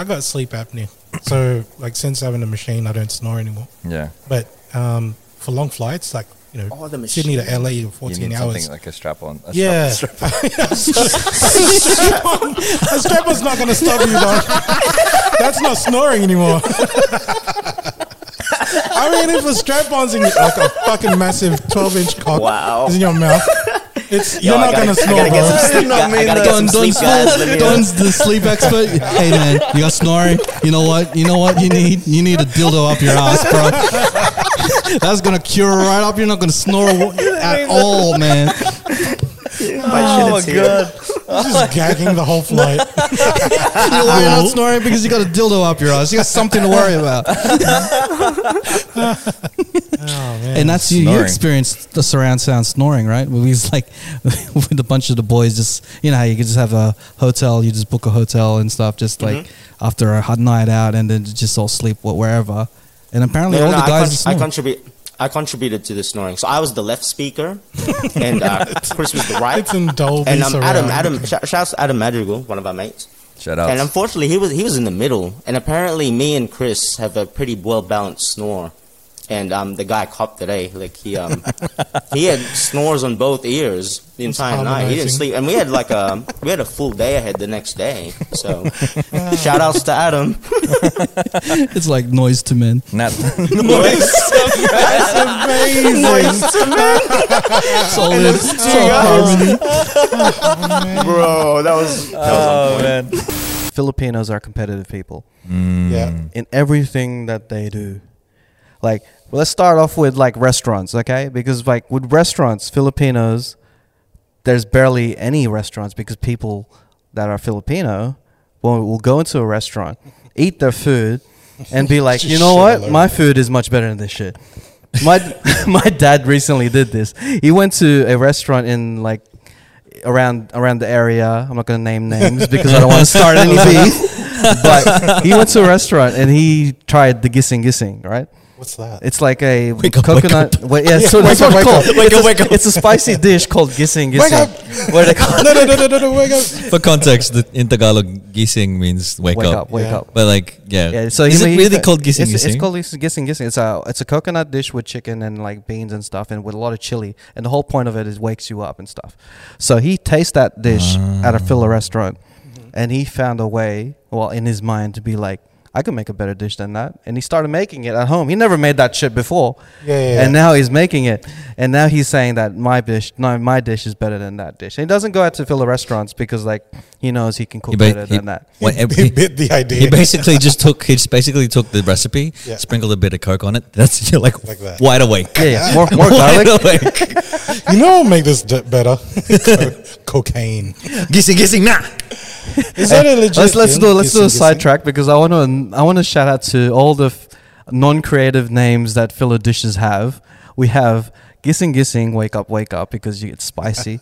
I got sleep apnea, so like since having the machine, I don't snore anymore. Yeah. But um, for long flights, like you know, Oh, the Sydney to machine. LA, you're You 14 need hours. something like a strap on. A yeah, Strap, a strap on's not gonna stop you, dog. That's not snoring anymore. I mean, if a strap on's in your, like a fucking massive 12 inch cock Wow. is in your mouth, it's Yo, you're I not gotta- gonna I snore, gotta get bro. some sleep. not I- I mean gotta get some sleep, guys. Let me- Don's the sleep expert. Hey man, you got snoring. You know what? You know what you need? You need a dildo up your ass, bro. That's gonna cure right up. You're not gonna snore at all, man. Oh my god. It's just gagging the whole flight. You're lying out snoring because you got a dildo up your ass. You got something to worry about. Oh man. And that's you. You Snoring. experienced the surround sound snoring, right? Where we was like with a bunch of the boys. Just you know how you could just have a hotel. You just book a hotel and stuff. Just like after a hot night out, and then just all sleep wh- wherever. And apparently, all the I, guys. con- are I snoring. contribute. I contributed to the snoring, so I was the left speaker, and uh, Chris was the right. It's in Dolby and um, Adam, surround. Adam, sh- shouts to Adam Madrigal, one of our mates. Shout out. And unfortunately, he was he was in the middle, and apparently, me and Chris have a pretty well balanced snore. And um, the guy copped today. Like he um, he had snores on both ears the entire night. He didn't harmonizing. sleep, and we had like a we had a full day ahead the next day. So shout outs to Adam. It's like noise to men. Not, amazing. Solid, Bro, that was that was oh man. Filipinos are competitive people yeah. in everything that they do. Like, well, let's start off with like restaurants, okay? Because like with restaurants, Filipinos, there's barely any restaurants because people that are Filipino will, will go into a restaurant, eat their food, and be like, Just you know shit what, all over my food is much better than this shit. My my dad recently did this. He went to a restaurant in like around around the area. I'm not gonna name names because I don't want to start E any beef. But he went to a restaurant and he tried the gising gising, right? What's that? It's like a Wake up, wake coconut. Wait, yeah, so that's wake what it's up, called. wake it's, up, a, wake up. it's a spicy dish called gising Wake up. gising. Where they call no, no, no, no, no, no, wake up. For context, the, in Tagalog, gising means wake, wake up, wake Yeah. up. But like, yeah. Yeah, so is he- it he- uh, really called gising? It's, gising? it's called gising gising gising. It's a it's a coconut dish with chicken and like beans and stuff, and with a lot of chili. And the whole point of it is wakes you up and stuff. So he tastes that Mm-hmm. dish at a filler restaurant, and he found a way, well, in his mind, to be like, I could make a better dish than that. And he started making it at home. He never made that shit before. Yeah, yeah, And yeah. now he's making it. And now he's saying that my dish, no, my dish is better than that dish. And he doesn't go out to filler restaurants because like he knows he can cook He ba- better he- than that. when- He bit the idea. He basically just took he just basically took the recipe, Yeah. sprinkled a bit of coke on it. That's you're like, Like that. wide awake. Yeah, yeah. More, more Wide garlic. awake. you know what will make this d- better? Co- cocaine. Gissing, gissing, nah. Is that a legit? let's let's thing? do let's do Kissing, a kissing? sidetrack because I want to I want to shout out to all the f- non-creative names that filler dishes have. We have gissing gissing wake up wake up because you get spicy.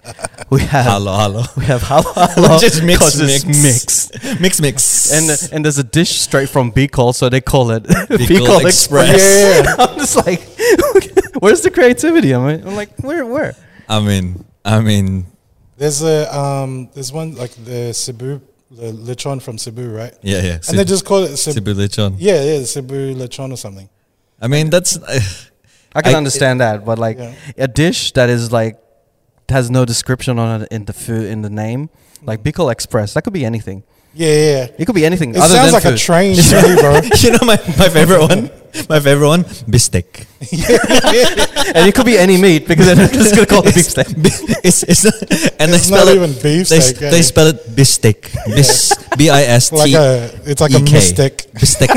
we have Hello, hello. we have hello hello Just mix, 'cause it's mix, mix, mix, mix. And, uh, and there's a dish straight from Bicol, so they call it Bicol, Express. Yeah, I'm just like, where's the creativity? I'm like, I'm like, where, where? I mean, I mean, There's a um. There's one like the Cebu the lechon from Cebu, right? yeah, yeah. And they just call it Cebu. Cebu lechon. Yeah, yeah, Cebu lechon or something. I mean, that's I can I- understand that, but like Yeah. a dish that is like has no description on it in the food in the name, like Mm. Bicol Express, that could be anything. Yeah, yeah. yeah. It could be anything. It other sounds than like food. a train, to me, bro. you know my, my favorite one. My favorite one, bistec. and it could be any meat because they're just gonna call it It's- beefsteak. bi- It's, it's not, and they It's spell not it, even beef They, steak, yeah. they spell it bistec. Bis, B I S T. Like a, it's like a E EK. mystic. Bistec.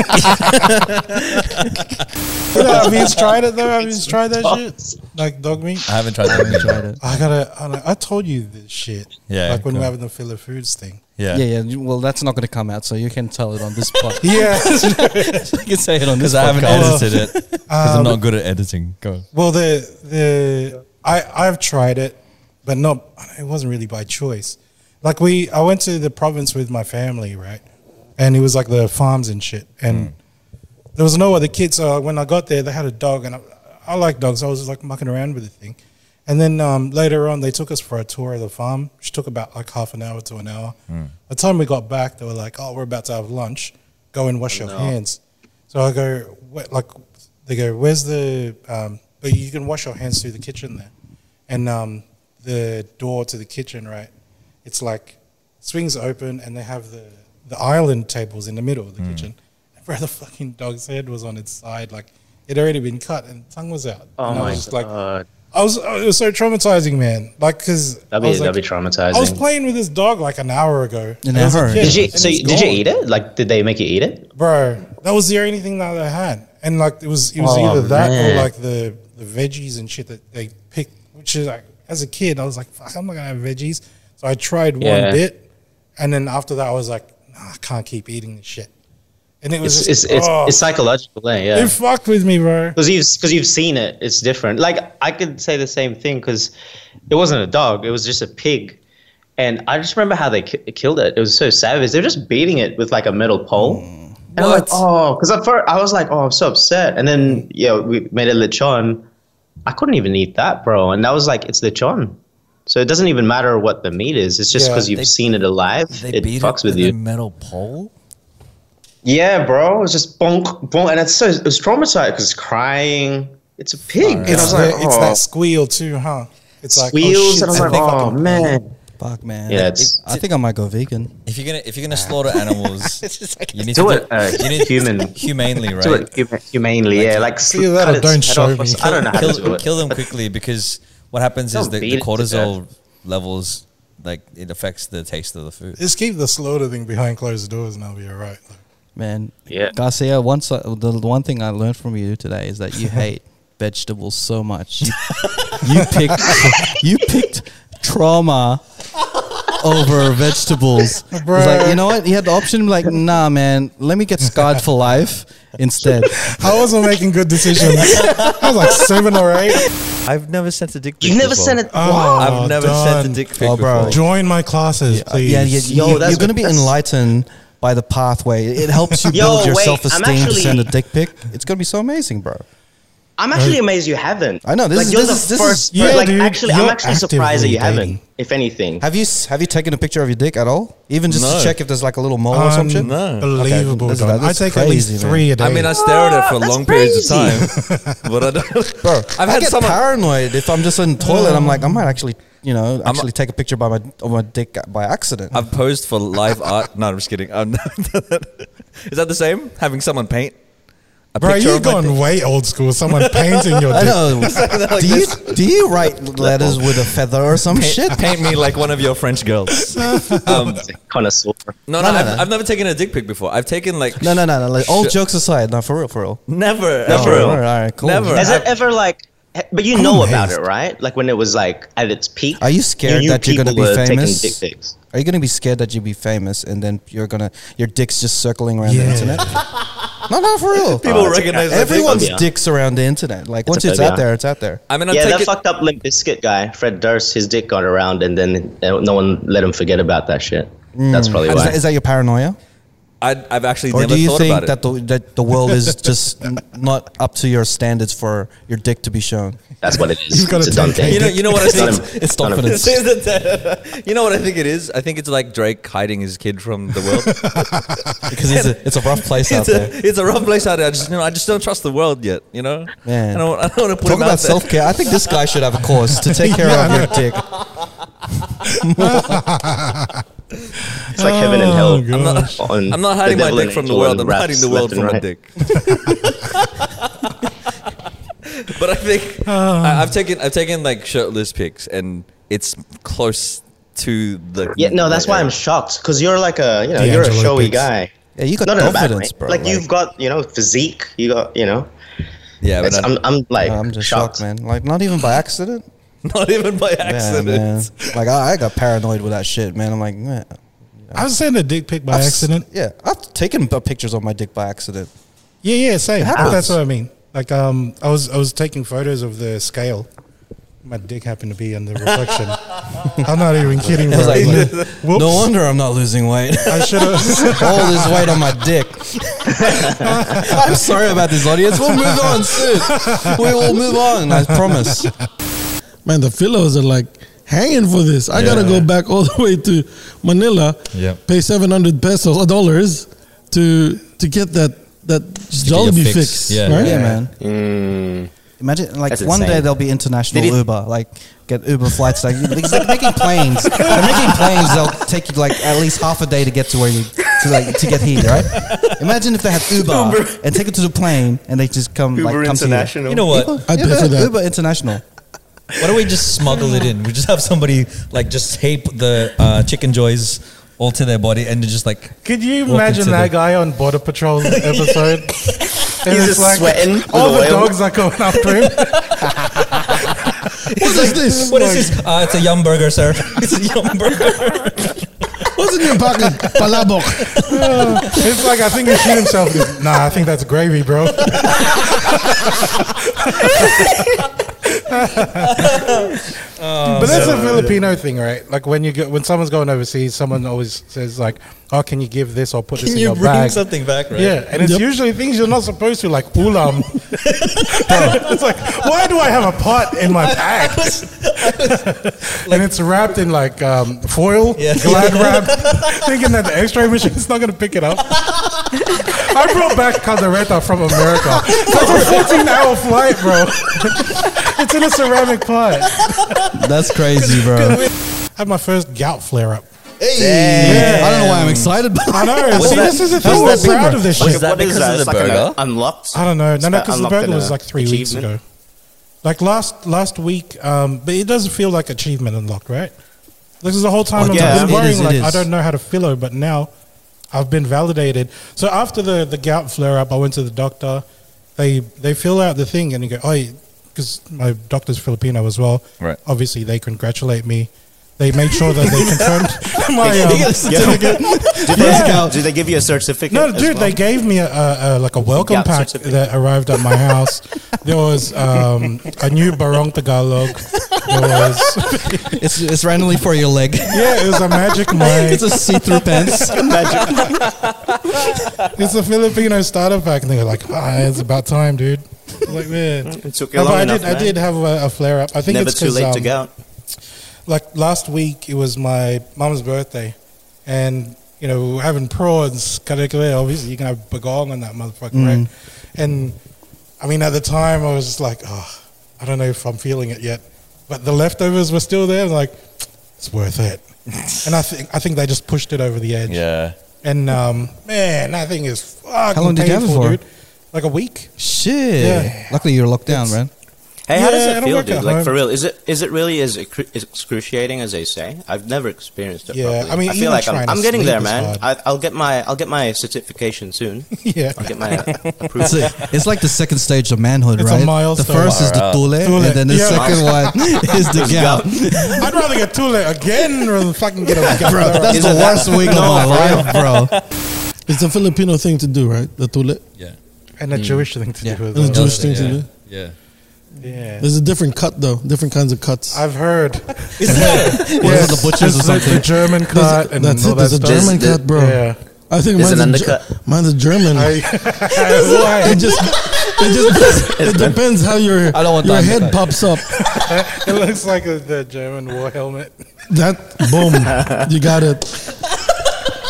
You know, have you tried it though? Have you tried that shit? Like dog meat? I haven't tried that. yet. I gotta. I, don't- I told you this shit. Yeah, Like when cool. we we're having the filler foods thing. Yeah, Yeah, yeah. you- Well, that's not going to come out, so you can tell it on this podcast. Yeah. you can say it on this Because I haven't podcast. edited it. Oh. Because I'm Um, not good at editing. Go. well, the the I I've tried it, but not. It wasn't really by choice. Like we, I went to the province with my family, right? And it was like the farms and shit, and there was no other kids. So when I got there, they had a dog, and I, I like dogs. I was just like mucking around with the thing, and then um, later on, they took us for a tour of the farm, which took about like half an hour to an hour. By the time we got back, they were like, "Oh, we're about to have lunch. Go and wash your hands." So I go, "Wh- like, they go, "Where's the?" Um, but you can wash your hands through the kitchen there, and um, the door to the kitchen, right? It's like swings open, and they have the the island tables in the middle of the kitchen. And where the fucking dog's head was on its side, like it had already been cut, and tongue was out. Oh and I my was just like, god, I was it was so traumatizing, man. Like, cause that'd I be was like- that'd be traumatizing. I was playing with this dog like an hour ago. An I was a hour? kid, did you Oh, and so it's you- did you gone. eat it? Like, did they make you eat it? bro? That was the only thing that I had, and like it was it was Oh, either that man. or like the the veggies and shit that they picked. Which is like, as a kid, I was like, fuck, I'm not gonna have veggies. So I tried Yeah. one bit, and then after that, I was like, nah, I can't keep eating this shit. And it was It's it's just, it's, oh, it's psychological, eh? yeah. it fucked with me, bro. because you've because you've seen it it's different like i could say the same thing because it wasn't a dog it was just a pig and i just remember how they ki- killed it it was so savage they were just beating it with like a metal pole and i'm like oh because at first i was like oh i'm so upset and then yeah we made a lechon i couldn't even eat that bro and that was like it's lechon so it doesn't even matter what the meat is it's just Yeah. because you've They- seen it alive it fucks with a you metal pole. yeah bro it's just bonk bonk and it's so it was traumatized because crying it's a pig and It's, i was like the- it's oh. that squeal too, huh? It's like oh, squeals, shit, and I was like, something oh fucking- man, Fuck, man. yeah, it's, I think I might go vegan. If you're gonna if you're gonna slaughter animals, you need do to it, uh, you need human. humanely, do right? it hum- humanely, yeah, like sl- Either that cut or its don't head show off or me. so- I don't know how Kill to do them, it. kill them But quickly because what happens is Don't the, beat the it to cortisol levels like it affects the taste of the food. Just keep the slaughter thing behind closed doors, and I'll be all right. Man, Yeah. Garcia. Once I, the one thing I learned from you today is that you hate vegetables so much. You, you picked you picked trauma over vegetables. It's like you know what? You had the option like, nah, man. Let me get scarred for life instead. I wasn't making good decisions. I was like seven or eight. I've never sent a dick. pic You've never before. sent it. Oh, I've never sent done. a dick pic Oh, bro. before. Join my classes, please. Yeah, yeah. Yo, you, that's- are going to be that's- enlightened by the pathway. It helps you Yo, build your wait, self I'm esteem to actually- send a dick pic. It's going to be so amazing, bro. I'm actually amazed you haven't. I know, this like is- you're this the is- this is- first. Yeah, like dude, actually, I'm you're actually surprised that you actively haven't. If anything, Have you s- have you taken a picture of your dick at all? Even just No. to check if there's like a little mole or some shit. Unbelievable. Okay, that's- dog. I that's take at crazy, least three a day. I mean, I stare at it for That's long periods crazy. of time, but I don't. Bro, I've I had get someone. paranoid if I'm just in the toilet. I'm like, I might actually you know, actually take a picture by my of my dick by accident. I've posed for live art. No, I'm just kidding. Um, is that the same? Having someone paint a Bro, picture you're of my dick? going way old school. Someone painting your I dick. know. do you do you write letters with a feather or some shit? Paint, paint me like one of your French girls. Um, Connoisseur. no, no, no, I've, no. I've never taken a dick pic before. I've taken like No, no, no, no. Like, all Shit. jokes aside, no, for real, for real. never, No, for real. All right, all right, cool. never. Has I- it ever like? But you know about it, right? Like when it was like at its peak. Are you scared knew that you're gonna people be were taking famous? dick pics. Are you gonna be scared that you'll be famous and then you're gonna your dick's just circling around the Yeah. internet? no, no, for real. People Oh, it's- recognize that Everyone's phobia. dicks around the internet. Like once a it's out phobia. there, it's out there. I mean, I've yeah, that taken, fucked up Limp Bizkit guy, Fred Durst. His dick got around, and then uh, no one let him forget about that shit. That's probably Is why. that, is that your paranoia, I'd, I've actually or never do you thought think about that it. the that the world is just n- not up to your standards for your dick to be shown? That's what it is. got It's a a dumb dick. thing. You know, you know what I Not think. him. It's not him. you know what I think it is. I think it's like Drake hiding his kid from the world. Because it's a, it's a rough place out it's, there. a, it's a rough place out there. I just, you know, I just don't trust the world yet. You know, Man. I don't, I don't want to put Talk him out about there. self care. I think this guy should have a course to take care of your dick. It's like heaven and hell. Oh, I'm not- gosh. On I'm not the hiding my devil dick and from the angel world. I'm and raps hiding the world left and from my right. dick. but I think I, I've taken I've taken like shirtless pics, and it's close to the. Yeah, no, that's the why I'm area. shocked because you're like a you know you're a D'Angelo showy pics. guy. Yeah, you got Not in a bad way. confidence, bro. like, you've got you know physique. You got you know. Yeah, but It's, I'm I'm I'm like I'm just shocked. shocked, man. Like not even by accident. not even by Yeah, accident. man. Like I, I got paranoid with that shit, man. I'm like, man, I was sending a dick pic by I've s- accident. Yeah, I've taken p- pictures of my dick by accident. Yeah, yeah, same. happens. That's what I mean. Like, um, I was I was taking photos of the scale. My dick happened to be in the reflection. I'm not even kidding. Bro. like, Like, whoops, No wonder I'm not losing weight. I should have. All this weight on my dick. I'm sorry about this, audience. We'll move on soon. We will move on. I promise. Man, the fellows are like hanging for this. I gotta go back all the way to Manila, Yeah. pay seven hundred pesos or dollars to to get that that Jollibee fix. fix. Yeah. right? Yeah, man. Mm. Imagine like That's one day insane. there'll be international Did it- Uber, like get Uber flights. Like it's like making planes. They're making planes. They'll take you like at least half a day to get to where you to like to get here, right? Imagine if they had Uber, and take it to the plane, and they just come like come to You know what? you. I'd pay for that. Uber international. Why don't we just smuggle it in? We just have somebody like just tape the uh, chicken joys all to their body and just like Could you Walk imagine into that the- guy on Border Patrol episode? And He's it's just sweating with All the oil. dogs are going after him. What is this? What is this? Uh, it's a yum burger, sir. It's a yum burger. What's in your pocket? Palabok. It's like I think he shoot himself. He goes, Nah, I think that's gravy, bro. Oh, but that's a Filipino thing, right? Like when you go, when someone's going overseas, someone always says like, "Oh, can you give this or put this Can in you your bring bag?" something back, right? Yeah, and it's usually things you're not supposed to, like ulam. it's like, why do I have a pot in my bag? and it's wrapped in like um, foil, Yeah. glad wrap, thinking that the X-ray machine's not going to pick it up. I brought back Caldereta from America. That's a 14-hour flight, bro. it's in a ceramic pot. That's crazy, bro. I had my first gout flare-up. I don't know why I'm excited, but I know. What's See, that- this is the how's thing. We're that been proud of this What shit. is that What because of It's the like an, burger? uh, unlocked? I don't know. No, no, It's because the unlocked burger in was a like three weeks achievement. ago. Like last last week, um, but it doesn't feel like achievement unlocked, right? This is the whole time Oh, I've yeah. been It worrying, is, it like is. I don't know how to filo, but now I've been validated. So after the the gout flare up, I went to the doctor. They they fill out the thing and you go, oh, because my doctor's Filipino as well. Right. Obviously, they congratulate me. They made sure that they confirmed my um, certificate. Did, Yeah. they, did they give you a certificate? No, as dude, well? they gave me a, a, a like a welcome Yeah, pack certificate. that arrived at my house. there was um, a new Barong Tagalog. There was it's it's randomly for your leg. yeah, it was a magic mic. It's a see-through pants. It's a Filipino starter pack, and they were like, ah, "It's about time, dude." I'm Like man, It took you No, but long I enough, did. I man. did have a, a flare up. I think Never it's too 'cause, late to um, get out. like last week it was my mum's birthday and you know we were having prawns karakale obviously you can have bagong on that motherfucker right Mm. "Ah, and i mean at the time i was just like oh i don't know if i'm feeling it yet but the leftovers were still there. Like it's worth it, and I think I think they just pushed it over the edge. Yeah. And um, man, that thing is fucking long did you have it painful, for? dude. Like a week. Shit. Yeah. Luckily you're locked down, man. Hey, how does Yeah, I it don't feel, work dude? at Like home. for real, is it is it really as excru- as excruciating as they say? I've never experienced it. Yeah, properly. I mean, I feel even like trying I'm, to I'm getting sleep there, is man. hard. I, I'll get my I'll get my certification soon. Yeah. I'll get my uh, It's, approval. it's like the second stage of manhood, It's a right? milestone. The first is the Far out. tule, Tule. and then the Yeah. second one is the gout. I'd rather get Tule again rather than fucking get a bro. That's the worst week of my life, bro. It's a Filipino thing to do, right? The tule. Yeah. and a Jewish thing to do. As And a well. Jewish thing to do. Yeah. Yeah. There's a different cut though, different kinds of cuts. I've heard. Yes. the butchers or There's like The something. German cut and That's all it. There's that a stuff. German There's- cut, bro. Yeah. I think There's mine's an a, Ge- undercut. mine's a German. I, it just, it just, it depends how your I don't want your the head undercut. pops up. it looks like a, the German war helmet. That boom, you got it.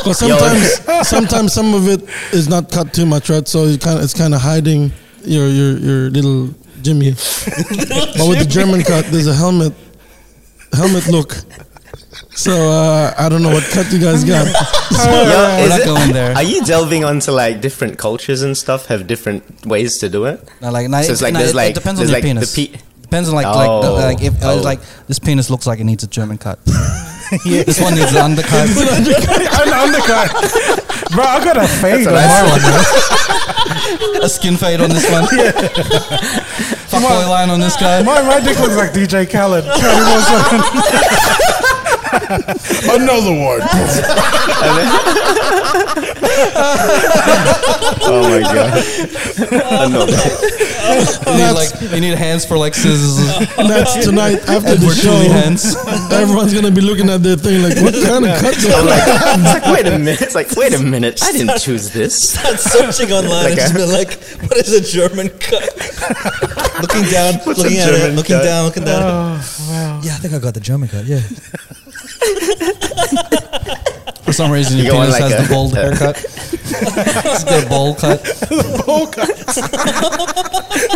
Because sometimes, sometimes some of it is not cut too much, right? So you kind of, it's kind of hiding your your your little Jimmy. but with the German cut, there's a helmet helmet look. So uh, I don't know what cut you guys got. Yo, We're is not it- going there. Are you delving onto like different cultures and stuff? Have different ways to do it. No, like, no, So it's like no, there's it, it like- depends on there's your like the penis. pe- depends on like like the, Oh. like if I Oh. was like this penis looks like it needs a German cut. This one needs an undercut. I'm the undercut. Bro, I got a fade on what I my one. a skin fade on this one. Fuck Come on. boy line on this guy. My, my dick looks like DJ Khaled. 24/7. Another one. Oh my god! You need like you need hands for like scissors. That's tonight after the Edward show. Tully hands. Everyone's gonna be looking at their thing like, what kind of cut? do I I'm like, it's like, wait a minute. It's like, wait a minute. I didn't choose this. Start searching online and Like just a- be like, what is a German cut? looking down, What's a looking at German it, looking cut? Oh. down, looking down. Yeah, I think I got the German cut. Yeah. For some reason, You your go on penis like has a- the bold haircut. it's the bowl cut.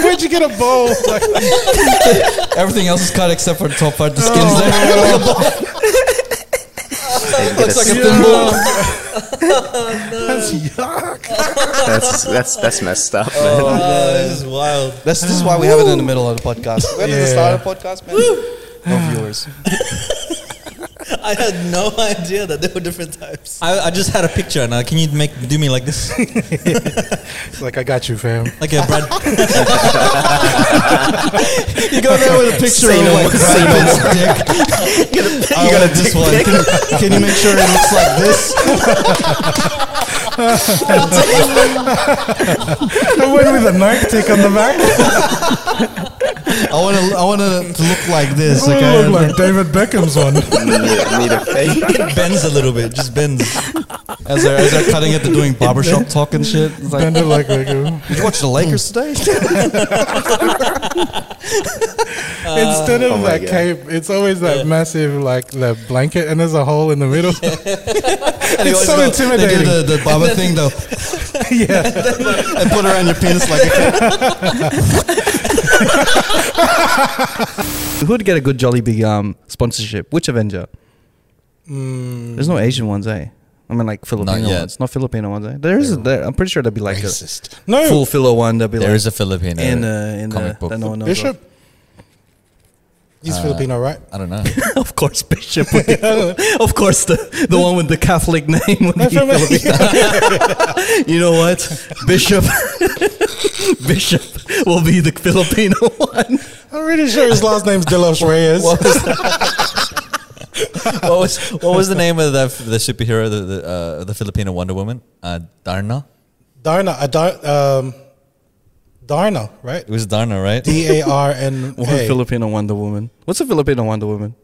Where'd you get a bowl? Like, Everything else is cut except for the top part. The Oh, skin's there. Looks like a thimble. that's yuck. That's that's that's messed up. man. Oh, this is wild. That's this is why we have it in the middle of the podcast. Where did it start, the podcast, man? No viewers. I had no idea that there were different types. I, I just had a picture. Now, can you make do me like this, Like, I got you, fam. like a Brad? You go there with a picture Say of no like more, say no Brad Pitt's dick. You got a- I you got want a dick this one. pic? Can you, can you make sure it looks like this? I went with a Nike tick on the back. I want to. I want it to look like this. I Okay. look like David Beckham's one. Need a fake. It bends a little bit. Just bends. As they're, as they're cutting it, they're doing barbershop talk and shit. It's like, Bend it like Beckham. did you watch the Lakers today? Instead of Oh my that God. cape, it's always that massive, like, the blanket, and there's a hole in the middle. it's so They intimidating. do the, the barber thing though. Yeah. and put around your penis like a cat. Who would get a good Jollibee um, sponsorship? Which Avenger? Mm. There's no Asian ones, eh? I mean, like Filipino yet. ones, not Filipino ones. Eh? There is. There, I'm pretty sure there'd be like a No, full filler one. There'd be There like is a Filipino in the in uh, comic the book. that no one knows Bishop. He's Filipino, right? I don't know. of. of course, Bishop. would be- of course, the, the one with the Catholic name. Would be from- Filipino. you know what, Bishop? Bishop will be the Filipino one. I'm pretty sure his last name's De Los Reyes. What was, what was what was the name of the the superhero the the, uh, the Filipino Wonder Woman? Uh, Darna. Darna, uh, Dar, um, Darna, right? It was Darna, right? D A R N One A. Filipino Wonder Woman. What's a Filipino Wonder Woman?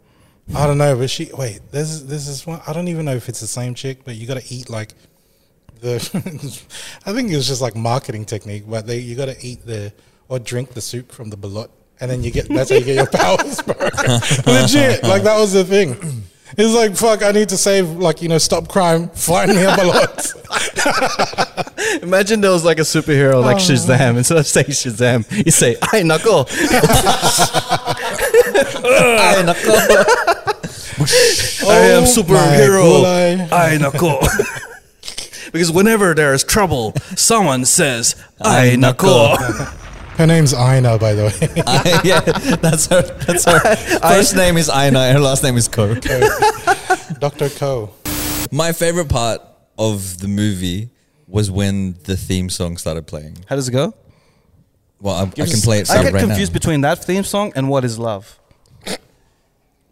I don't know, but she wait. There's this is one. I don't even know if it's the same chick, but you got to eat like the. I think it was just like marketing technique, but they you got to eat the or drink the soup from the bullet, and then you get that's how you get your powers, bro. Legit, like that was the thing. It's like fuck. I need to save, like you know, stop crime. Find me a bullet. Imagine there was like a superhero like Shazam. Instead of saying Shazam, you say I knuckle. Ay, nako. I am superhero. gulay. I nako. because whenever there is trouble, someone says I nako. Her name's Ina, by the way. yeah, that's her. That's her. First name is Aina, and her last name is Ko. Dr. Ko. My favorite part of the movie was when the theme song started playing. How does it go? Well, I, I can play it I right get now. confused between that theme song and what is love.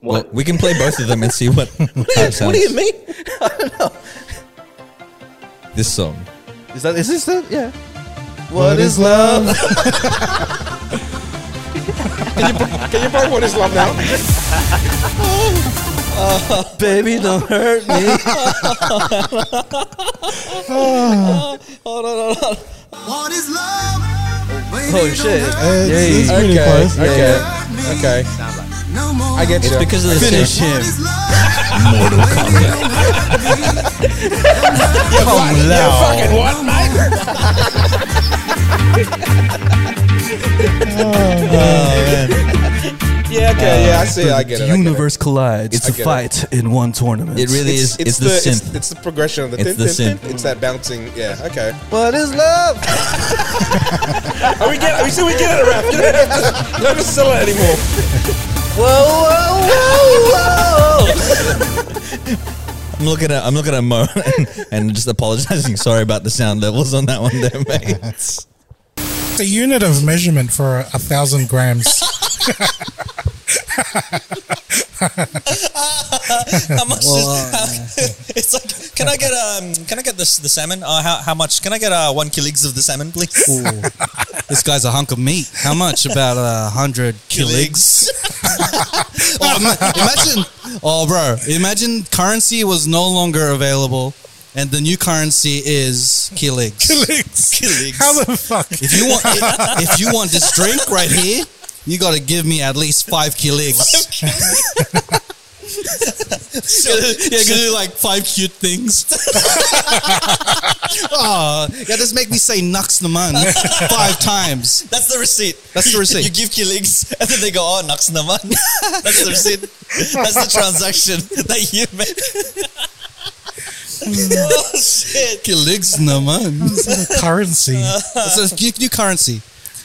Well, we can play both of them and see what. what do you mean? I don't know. This song. Is that is this it? Yeah. What is love? can you play What is love now? Baby, don't hurt me. What is love? oh shit. It's, it's Yeah, pretty close. Okay. Okay. I get It's because of the Finish same. him. Yeah, okay, yeah, I see, I get it. I get it. Universe collides It's- to I get it. fight in one tournament. It really is. It's, the, synth. It's, it's the progression of the. It's tin, the tin, synth. tin. It's that bouncing. Yeah. Okay. What is love? Are we getting? Are we still we getting it, Raph? You don't have to, you don't have to sell it anymore. I'm looking at. I'm looking at Mo and, and just apologizing. Sorry about the sound levels on that one, there, mate. It's a unit of measurement for a thousand grams. How much? Is, it's like, can I get um? Can I get this the salmon? Uh, how how much? Can I get uh one kilos of the salmon, please? This guy's a hunk of meat. How much? About a hundred kiligs. oh, ima- imagine, oh, bro, imagine currency was no longer available, and the new currency is kiligs. Kiligs. How the fuck? If you want, if you want this drink right here, you got to give me at least five kiligs. yeah, you do like five cute things. oh, yeah, just make me say nux naman five times. That's the receipt. That's the receipt. You give kiligs, and then they go, "Oh, nux naman." That's the receipt. That's the transaction that you made. oh shit! Kiligs naman. Currency. so it's new, new currency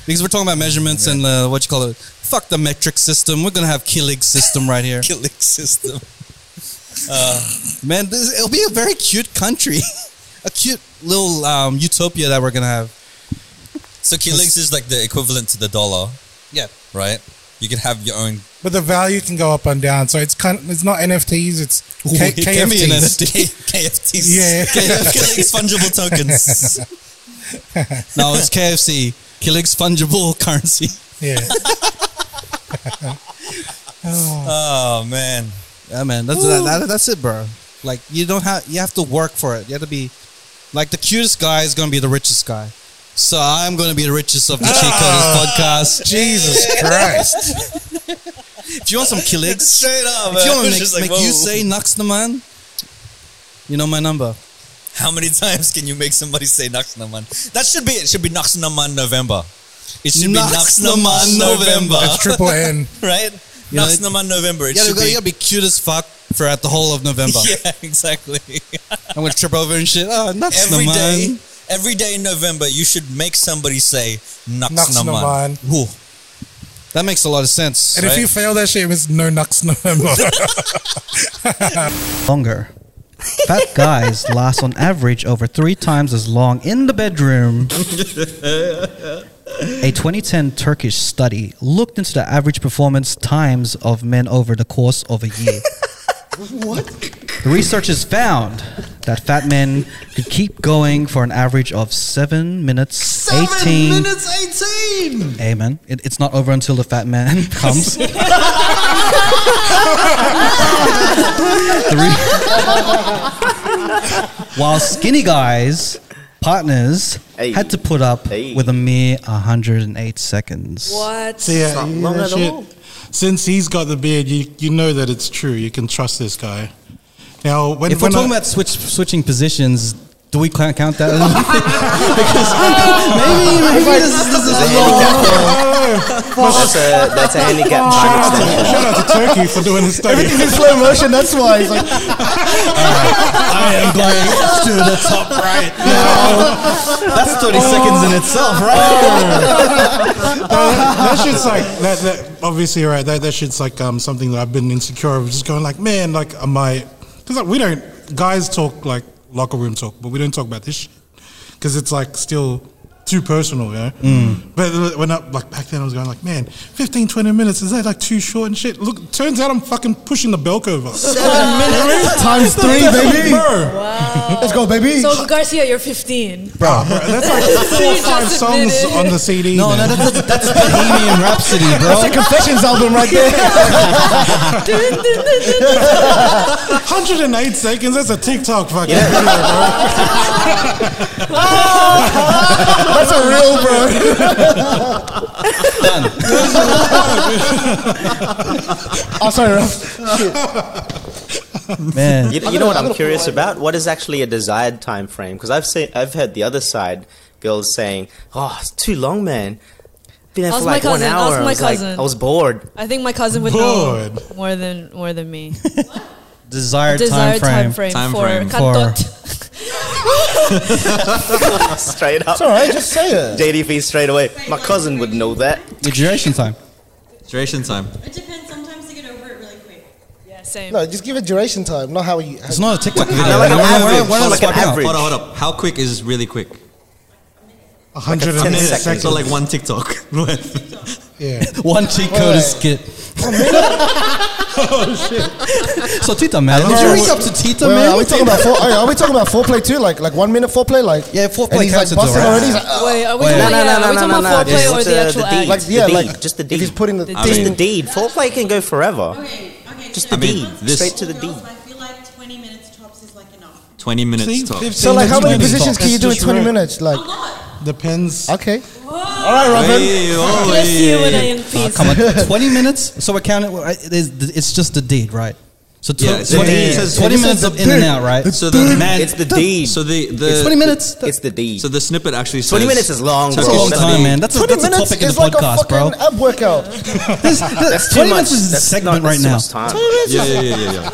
because we're talking about measurements and uh, what you call it. Fuck the metric system. We're gonna have Killig system right here, Uh, Kilig system. man. This, it'll be a very cute country, a cute little um, utopia that we're gonna have. So Kilix is like the equivalent to the dollar, Yeah, right? You can have your own. But the value can go up and down. So it's kind of, it's not NFTs, it's K- it can be an KFTs. NFT. KFTs. Yeah. Kilig's fungible tokens. no, it's KFC. Killig's fungible currency. Yeah. Oh man. Yeah, man. That's that, that, that's it, bro. Like you don't have you have to work for it. You have to be like the cutest guy is gonna be the richest guy. So I'm gonna be the richest of the Cheat Ah. Coders podcast. Jesus Christ. If you want some Killigs, Straight up. If you man. want to It's just make, like, make you whoa. say Nux the man, you know my number. How many times can you make somebody say Nux Naman? That should be it. Should be Nux Naman November. It should be Nux Nux Naman Naman November, It's triple N. right? You know, Nux it- Naman November. It You gotta, should go, you be. gotta be cute as fuck throughout the whole of November. Yeah, exactly. I'm gonna trip over and shit. Oh, Nux Every Naman. day, every day in November, you should make somebody say Nux, Nux Naman. Naman. Whew. That makes a lot of sense. And if you fail that shit, it's no Nux November. Longer. Fat guys last on average over three times as long in the bedroom. A 2010 Turkish study looked into the average performance times of men over the course of a year. The researchers found that fat men could keep going for an average of 7 minutes 18 Amen. It, it's not over until the fat man comes. the, re- While skinny guys, partners, Hey. had to put up Hey. with a mere 108 seconds. What? So yeah, not you- long that at shit- all. Since he's got the beard, you you know that it's true. You can trust this guy. Now, when, If we're when talking I- about switch, switching positions, Do we count count that? because maybe maybe this is this is That's a, that's a handicap by extension. Shout out to Turkey for doing the study. Everything's in slow motion. That's why. It's like, I am going to the top right now. That's thirty seconds in itself, right? that shit's like that, that obviously right that, that shit's like um, something that I've been insecure of just going like man like am I because like we don't guys talk like locker room talk but we don't talk about this shit because it's like still too personal you know Mm. but when I like back then I was going like man 15 20 minutes is that like too short and shit look turns out I'm fucking pushing the bell curve up times three, baby. bro Let's go, baby. So Garcia, you're 15. bro that's like four or just five songs admitted. on the CD No, man. no, that's that's Bohemian Rhapsody, That's bro. a confessions album right there. 108 seconds that's a TikTok fucking That's a real bro. oh, sorry, Ralph. Man, You, you know what I'm curious about? What is actually a desired time frame? Because I've seen, I've heard the other side girls saying, "Oh, it's too long, man. Been there for Ask my like one cousin, ask hour. I my was like, cousin." I was bored. I think my cousin would know Bored. more than more than me. desired, Desired time frame, Time for frame. Kantot. Straight up, It's all right. Just say it. JDP straight away. My cousin would know that. The duration time. Duration time. It depends. Sometimes they get over it really quick. Yeah, same. No, just give it duration time. Not how you. It's not a TikTok video. Like an We're not- we're average. not- we're not Like an swapping out. average. Hold on, hold up. How quick is really quick? 108 10 seconds, seconds. So like one TikTok. yeah One cheat code is skip. Oh, So Tita, man, did you reach up to Tita, Well, man? are we talking about four, are we talking about foreplay too? Like like one minute foreplay? Like Yeah, foreplay And he's like counts as busting alright. already. He's like, "Ugh." Wait, are we Wait. talking, No, no, yeah, no, are we no, talking no, about no, foreplay just or the the- actual the act? deed. like yeah, The like deed, just the If deed. he's putting the The just Just the the deed. Foreplay can go forever. Okay. Okay. Just no, the no, deed. no, no, this- Straight to the girls, deed. I feel like 20 minutes tops is like enough. 20 minutes top. So like how many positions can you do in That's just 20 right. minutes? Like A lot. Depends. okay. Whoa. All right, Robin. Hey, oh, Bless you hey. and I am peace. Come on, twenty minutes. So we're counting. well, It is, it's just the deed, right? So tw- Yeah, it's the 20, deed. it says Yeah, twenty this minutes is of in and out, right? So the man, It's the deed. So the, the It's- 20 minutes. It's the deed. So the snippet actually says 20 minutes is long. That's a bro. long That's time, deed. man. That's a, 20 that's a minutes topic in the is like a podcast, fucking bro. ab workout. This- this- That's Twenty too minutes much. is a That's segment not- right that's now. too much time. Yeah, yeah, yeah, yeah, yeah.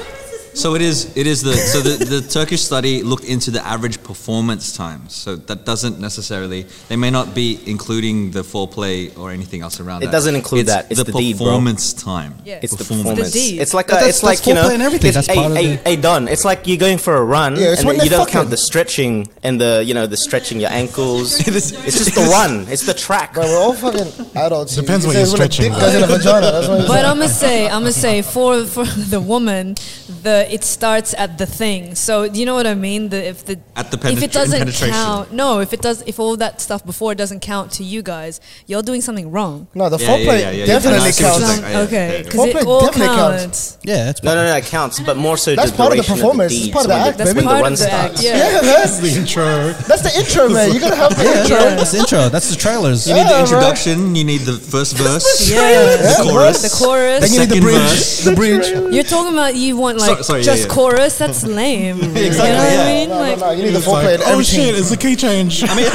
So it is. It is the so the, the Turkish study looked into the average performance time. So that doesn't necessarily. They may not be including the foreplay or anything else around. It that. doesn't include that. It's the, the deed, bro. performance time. Yeah. It's the It's performance. the deed. It's like But a, that's- it's like that's you know, foreplay and everything. It's That's part of a, a, a done. It's like you're going for a run, Yeah, it's and when then you they're don't fucking. count the stretching and the you know the stretching your ankles. it's just the run. It's the track. Bro, we're all fucking adults. here. Depends You what say when a you're stretching, Dick bro. goes in a vagina. That's what But I'm gonna say, I'm gonna say for for the woman, the it starts at the thing. So you know what I mean? The if the At the if penetra- it doesn't penetration. count, no, if it does, if all that stuff before doesn't count to you guys, you're doing something wrong. No, the Yeah, yeah, foreplay yeah, yeah, yeah. No, I definitely see what you're counts. saying. yeah, yeah, okay, yeah. because it Foreplay all definitely counts. counts. Yeah, it's No, no, no, it counts, but more so That's the part of the duration performance. Of the It's deed. part of So the when act, That's baby. when part run of the act. starts. Yeah, Yeah. that's The intro. that's the intro, man. You gotta have the intro. That's the intro. That's the trailers. You need the Yeah, bro. introduction. You need the first verse. Yeah. Yeah, chorus. The chorus. Then you need the second bridge. verse. The bridge. You're talking about you want like So- sorry, yeah, just yeah. chorus? That's lame. You know what Exactly, yeah. I mean? No, no, like, no. You need the It's like, foreplay. and oh everything. shit, it's the key change. I mean,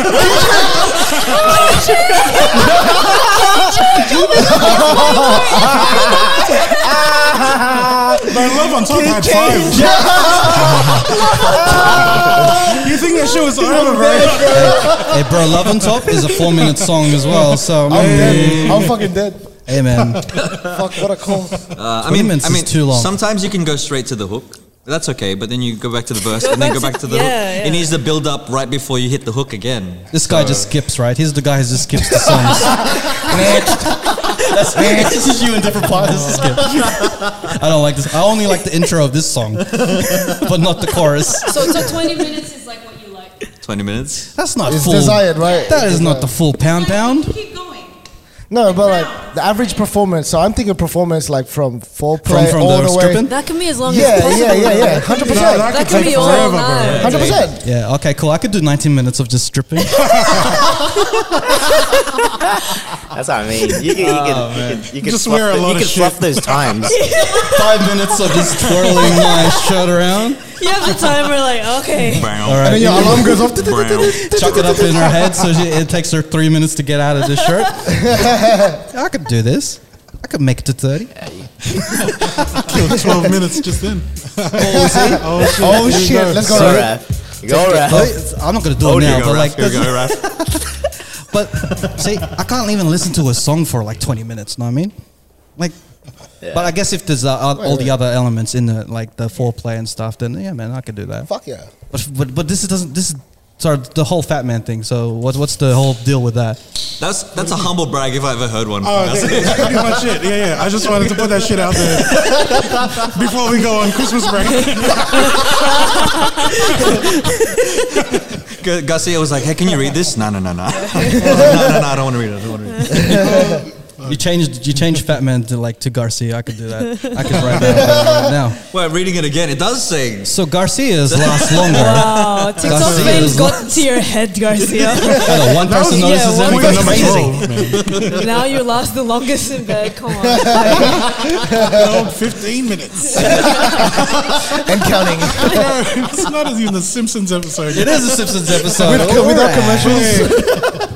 I love on top had five. you think that shit was over, bro? Hey, bro, Love on Top is a four-minute song as well. So, Oh, I'm man. dead. I'm fucking dead. hey, man. Fuck, what a call. Uh, I Twenty mean, minutes I mean, is too long. Sometimes you can go straight to the hook. That's okay, but then you go back to the verse Go and then go back to- back to the yeah, hook. yeah. It needs the build up right before you hit the hook again. This guy just skips, right? He's the guy who just skips the songs. That's this is you in different parts. This is skip. I don't like this. I only like the intro of this song, but not the chorus. So, so 20 minutes is like what you like. Twenty minutes. That's not It's full. desired, right? That It's is not the desired. full pound Like, you pound. Keep going. No, but like The average performance. So I'm thinking performance like from foreplay From- from all the the, stripping? way. That can be as long Yeah, as possible. yeah, yeah, yeah. 100%. No, that that could can take be all forever, bro. night. Hundred percent. Yeah. Okay. Cool. I could do 19 minutes of just stripping. That's what I mean. You can, you can, you can, you can Oh, Just fluff wear a the- lot you of can shit. fluff those times. Five minutes of just twirling my shirt around. You have the timer, like, okay. All right. And then your alarm goes off. chuck it up in her head so she, it takes her three minutes to get out of this shirt. I could do this. I could make it to 30. Killed 12 minutes just then. oh, shit. Oh Here we shit! go. Let's Go, go. Raph. Go, Raph. I'm not going to do it now, but like, but see, I can't even listen to a song for like 20 minutes, know what I mean? Like, but I guess if there's uh, all all the other elements in the, like the foreplay and stuff, then yeah, man, I could do that. Fuck yeah. But, but, but this doesn't, this is, sorry, the whole fat man thing. So what, what's the whole deal with that? That's that's a humble brag if I ever heard one. Oh, okay. that's pretty much it. Yeah, yeah. I just wanted to put that shit out there before we go on Christmas break. G- Garcia was like, "Hey, can you read this?" No, no, no, no, Oh, no, no, no. I don't want to read it. I don't want to read it. You changed, you changed fat man to like, to Garcia. I could do that. I could write that right now. Wait, reading it again. It does say. So Garcia's last longer. Wow, TikTok Garcia fame is got to your head, Garcia. Hello, one person yeah, notices one that. person- That's Number crazy. 12, man. now you last the longest in bed. Come on. No, 15 minutes. And counting. Bro, it's not as even the Simpsons episode. It is a Simpsons episode. With- Without commercials.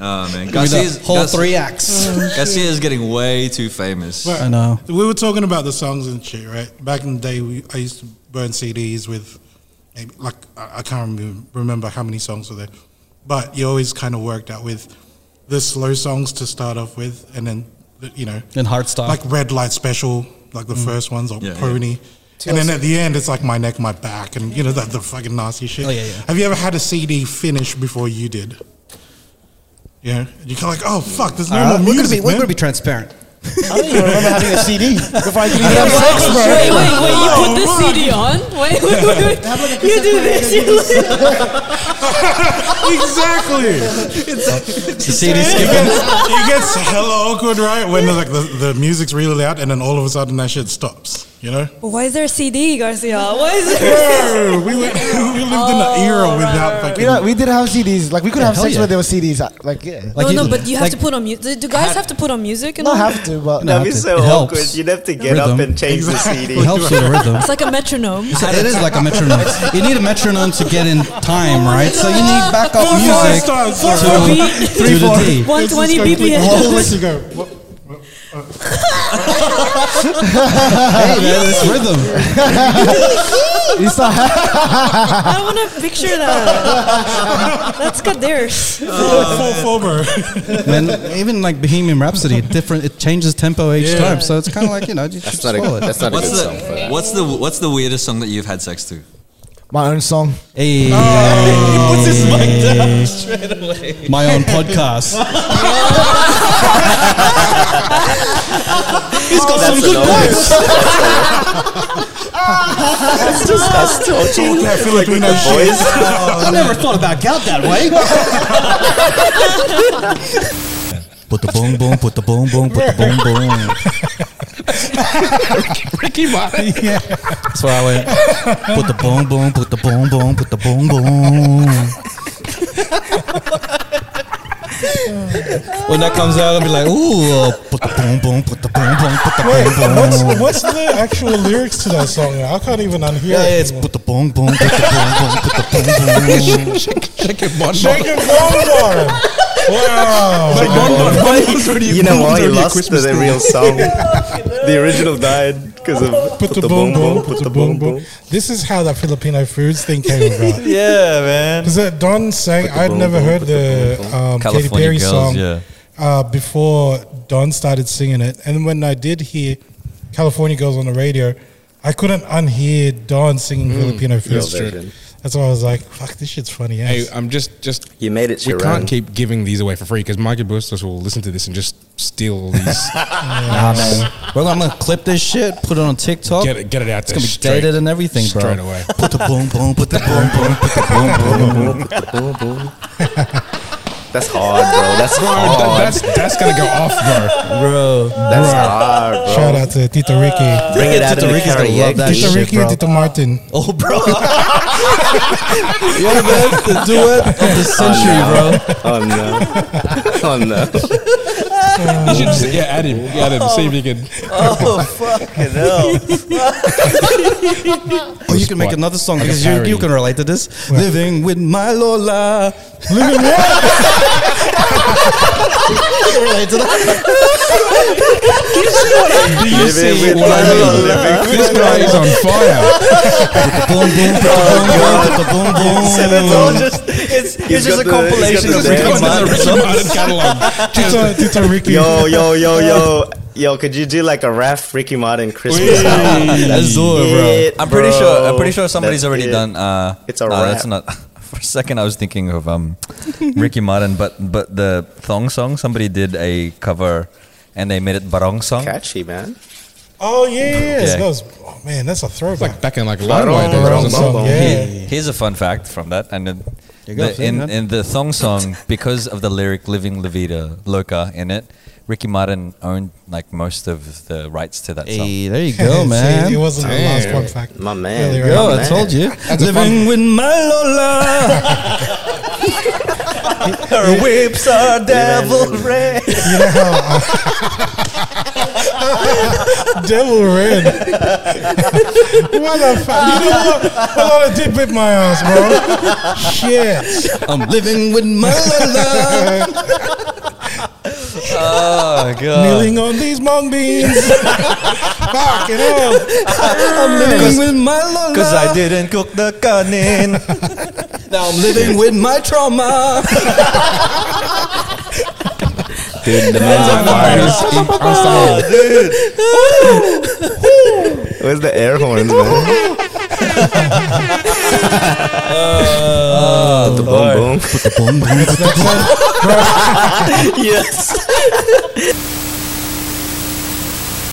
Oh man, Give me Garcia's the whole Garci- three acts. Garcia is getting way too famous. Right. I know. We were talking about the songs and shit, right? Back in the day, we, I used to burn CDs with, maybe, like, I, I can't remember, remember how many songs were there, but you always kind of worked out with the slow songs to start off with, and then, the- you know, And hard stuff. like Red Light Special, like the Mm. first ones, or Yeah, yeah. Pony. And then at the end, it's like my neck, my back, and you know that the fucking nasty shit. Oh, yeah, yeah. Have you ever had a CD finish before you did? Yeah, you're kind of like, oh fuck, there's no All right, more Uh, we're gonna music. be we're man. gonna be transparent. I don't even remember having a CD before I could even have sex, wait, bro. wait, Oh, wait, you put the CD on? Wait, wait, wait. wait. You do this. You look. exactly. The CD It skipping. gets, it gets hella awkward, right? When like the, the music's really loud, and then all of a sudden that shit stops. You know, Why is there a CD, Garcia? Why is there? Bro, Oh, we went, we lived in an era without fucking. We, don't, we did have CDs. Like we could have hell sex yeah. when there were CDs. uh, Like yeah, Like Oh, no, no, you- but you have to like- put on music. Do guys have to put on music? And not all? have to, but No, That'd be it- so it helps. awkward. You'd have to get up Rhythm. and change the CD. It helps with the rhythm. It's like a metronome. So it is like a metronome. You need a metronome to get in time, right? So you need backup music stars, to, four, beat. to the D. Let's 120 just go quick. BPM. Let's just go. What- Hey man, it's rhythm. you start I want to picture that. That's good there. Four, four, bro. Man, even like Bohemian Rhapsody, different. It changes tempo each Yeah. time, so it's kind of like you know. You That's just not a, follow it. that's not a What's good song for the that. what's the what's the weirdest song that you've had sex to? my own song. Hey, Oh, my own podcast. Oh, That's an old- I feel like we know shit. Boys, I never thought about gout that way. Put the boom boom, put the boom boom, put the boom boom. That's why I went. Put the boom boom, put the boom boom, put the boom boom. When that comes out, I'll be like, ooh, uh, Put the boom boom, put the boom boom, put the Wait, boom boom. what's, what's the actual lyrics to that song? now? I can't even unhear Yeah, it. it's put the boom boom, put the boom boom, put the boom boom. Shake it, Bonbon. Wow. you know why you lost to the real song? the original died because of Put the boom boom, put the boom boom. This is how that Filipino foods thing came about. Yeah, man. Because that Don sang, I'd never heard the um, Katy California Perry Girls, song yeah. uh, before Don started singing it. And when I did hear California Girls on the radio, I couldn't unhear Don singing Filipino food version. strip. That's why I was like, fuck, this shit's funny ass. Hey, I'm just just. You made it, We Sharon. can't keep giving these away for free because Mikey Bustos will listen to this and just steal these. Nah, man. Bro, I'm gonna clip this shit, put it on TikTok. get it, get it out there. it's gonna be straight, dated and everything, bro. straight away. Put the boom boom, put the boom boom, put the boom boom. That's hard, bro. That's Bro, hard. that- that's that's gonna go off, bro. Bro, That's hard, bro. Shout out to Tito Ricky. Bring it out Tito in the Ricky's gonna love karaoke that Tito shit, Ricky bro. and Tito Martin. Oh, bro. yeah, man. The duet of the century, bro. Oh no. Oh no. You should just, yeah, add him. Yeah, add him. See if you can. Oh, fucking hell. Or Oh, you can make another song because you, parody. you can relate to this. Living with my Lola. Living Do you see what I mean? This guy is on fire. boom, boom, boom, boom, boom, boom. And it's all just it's, It's just a compilation of This Ricky is Martin. a Ricky Martin catalog. Tito, Tito Ricky. Yo, yo, yo, yo. Yo, could you do like a rap Ricky Martin Christmas? Let's do it, bro. I'm pretty sure. I'm pretty sure somebody's already done. Uh, It's a no, That's not. wrap. For a second, I was thinking of um, Ricky Martin, but but the thong song. Somebody did a cover, and they made it barong song. Catchy, man. Oh yeah, yeah. Yeah. That was, oh man, that's a throwback. Like back in like Longway Barong, days. barong, or So, something. barong. yeah. Here's a fun fact from that, and then go, the, see, in man. in the thong song, because of the lyric "Living La Vida Loca" in it, Ricky Martin owned like most of the rights to that song. Hey, there you Yeah, go, see, man. it wasn't the last Damn. fun fact. My man. Really, Yo, right? I told you. Living with my Lola. Her whips are devil red. You know how uh, Devil Red. what the fuck? You know what? A lot of dick bit my ass, bro. Shit. I'm living with my Lola. Oh god. Kneeling on these mung beans. Fucking hell. I'm living with my Lola. Cause I didn't cook the carne. Now I'm living with my trauma. Dude, the man's on fire. Oh, dude. Where's the air horns, man? Oh, The boom boom. yes.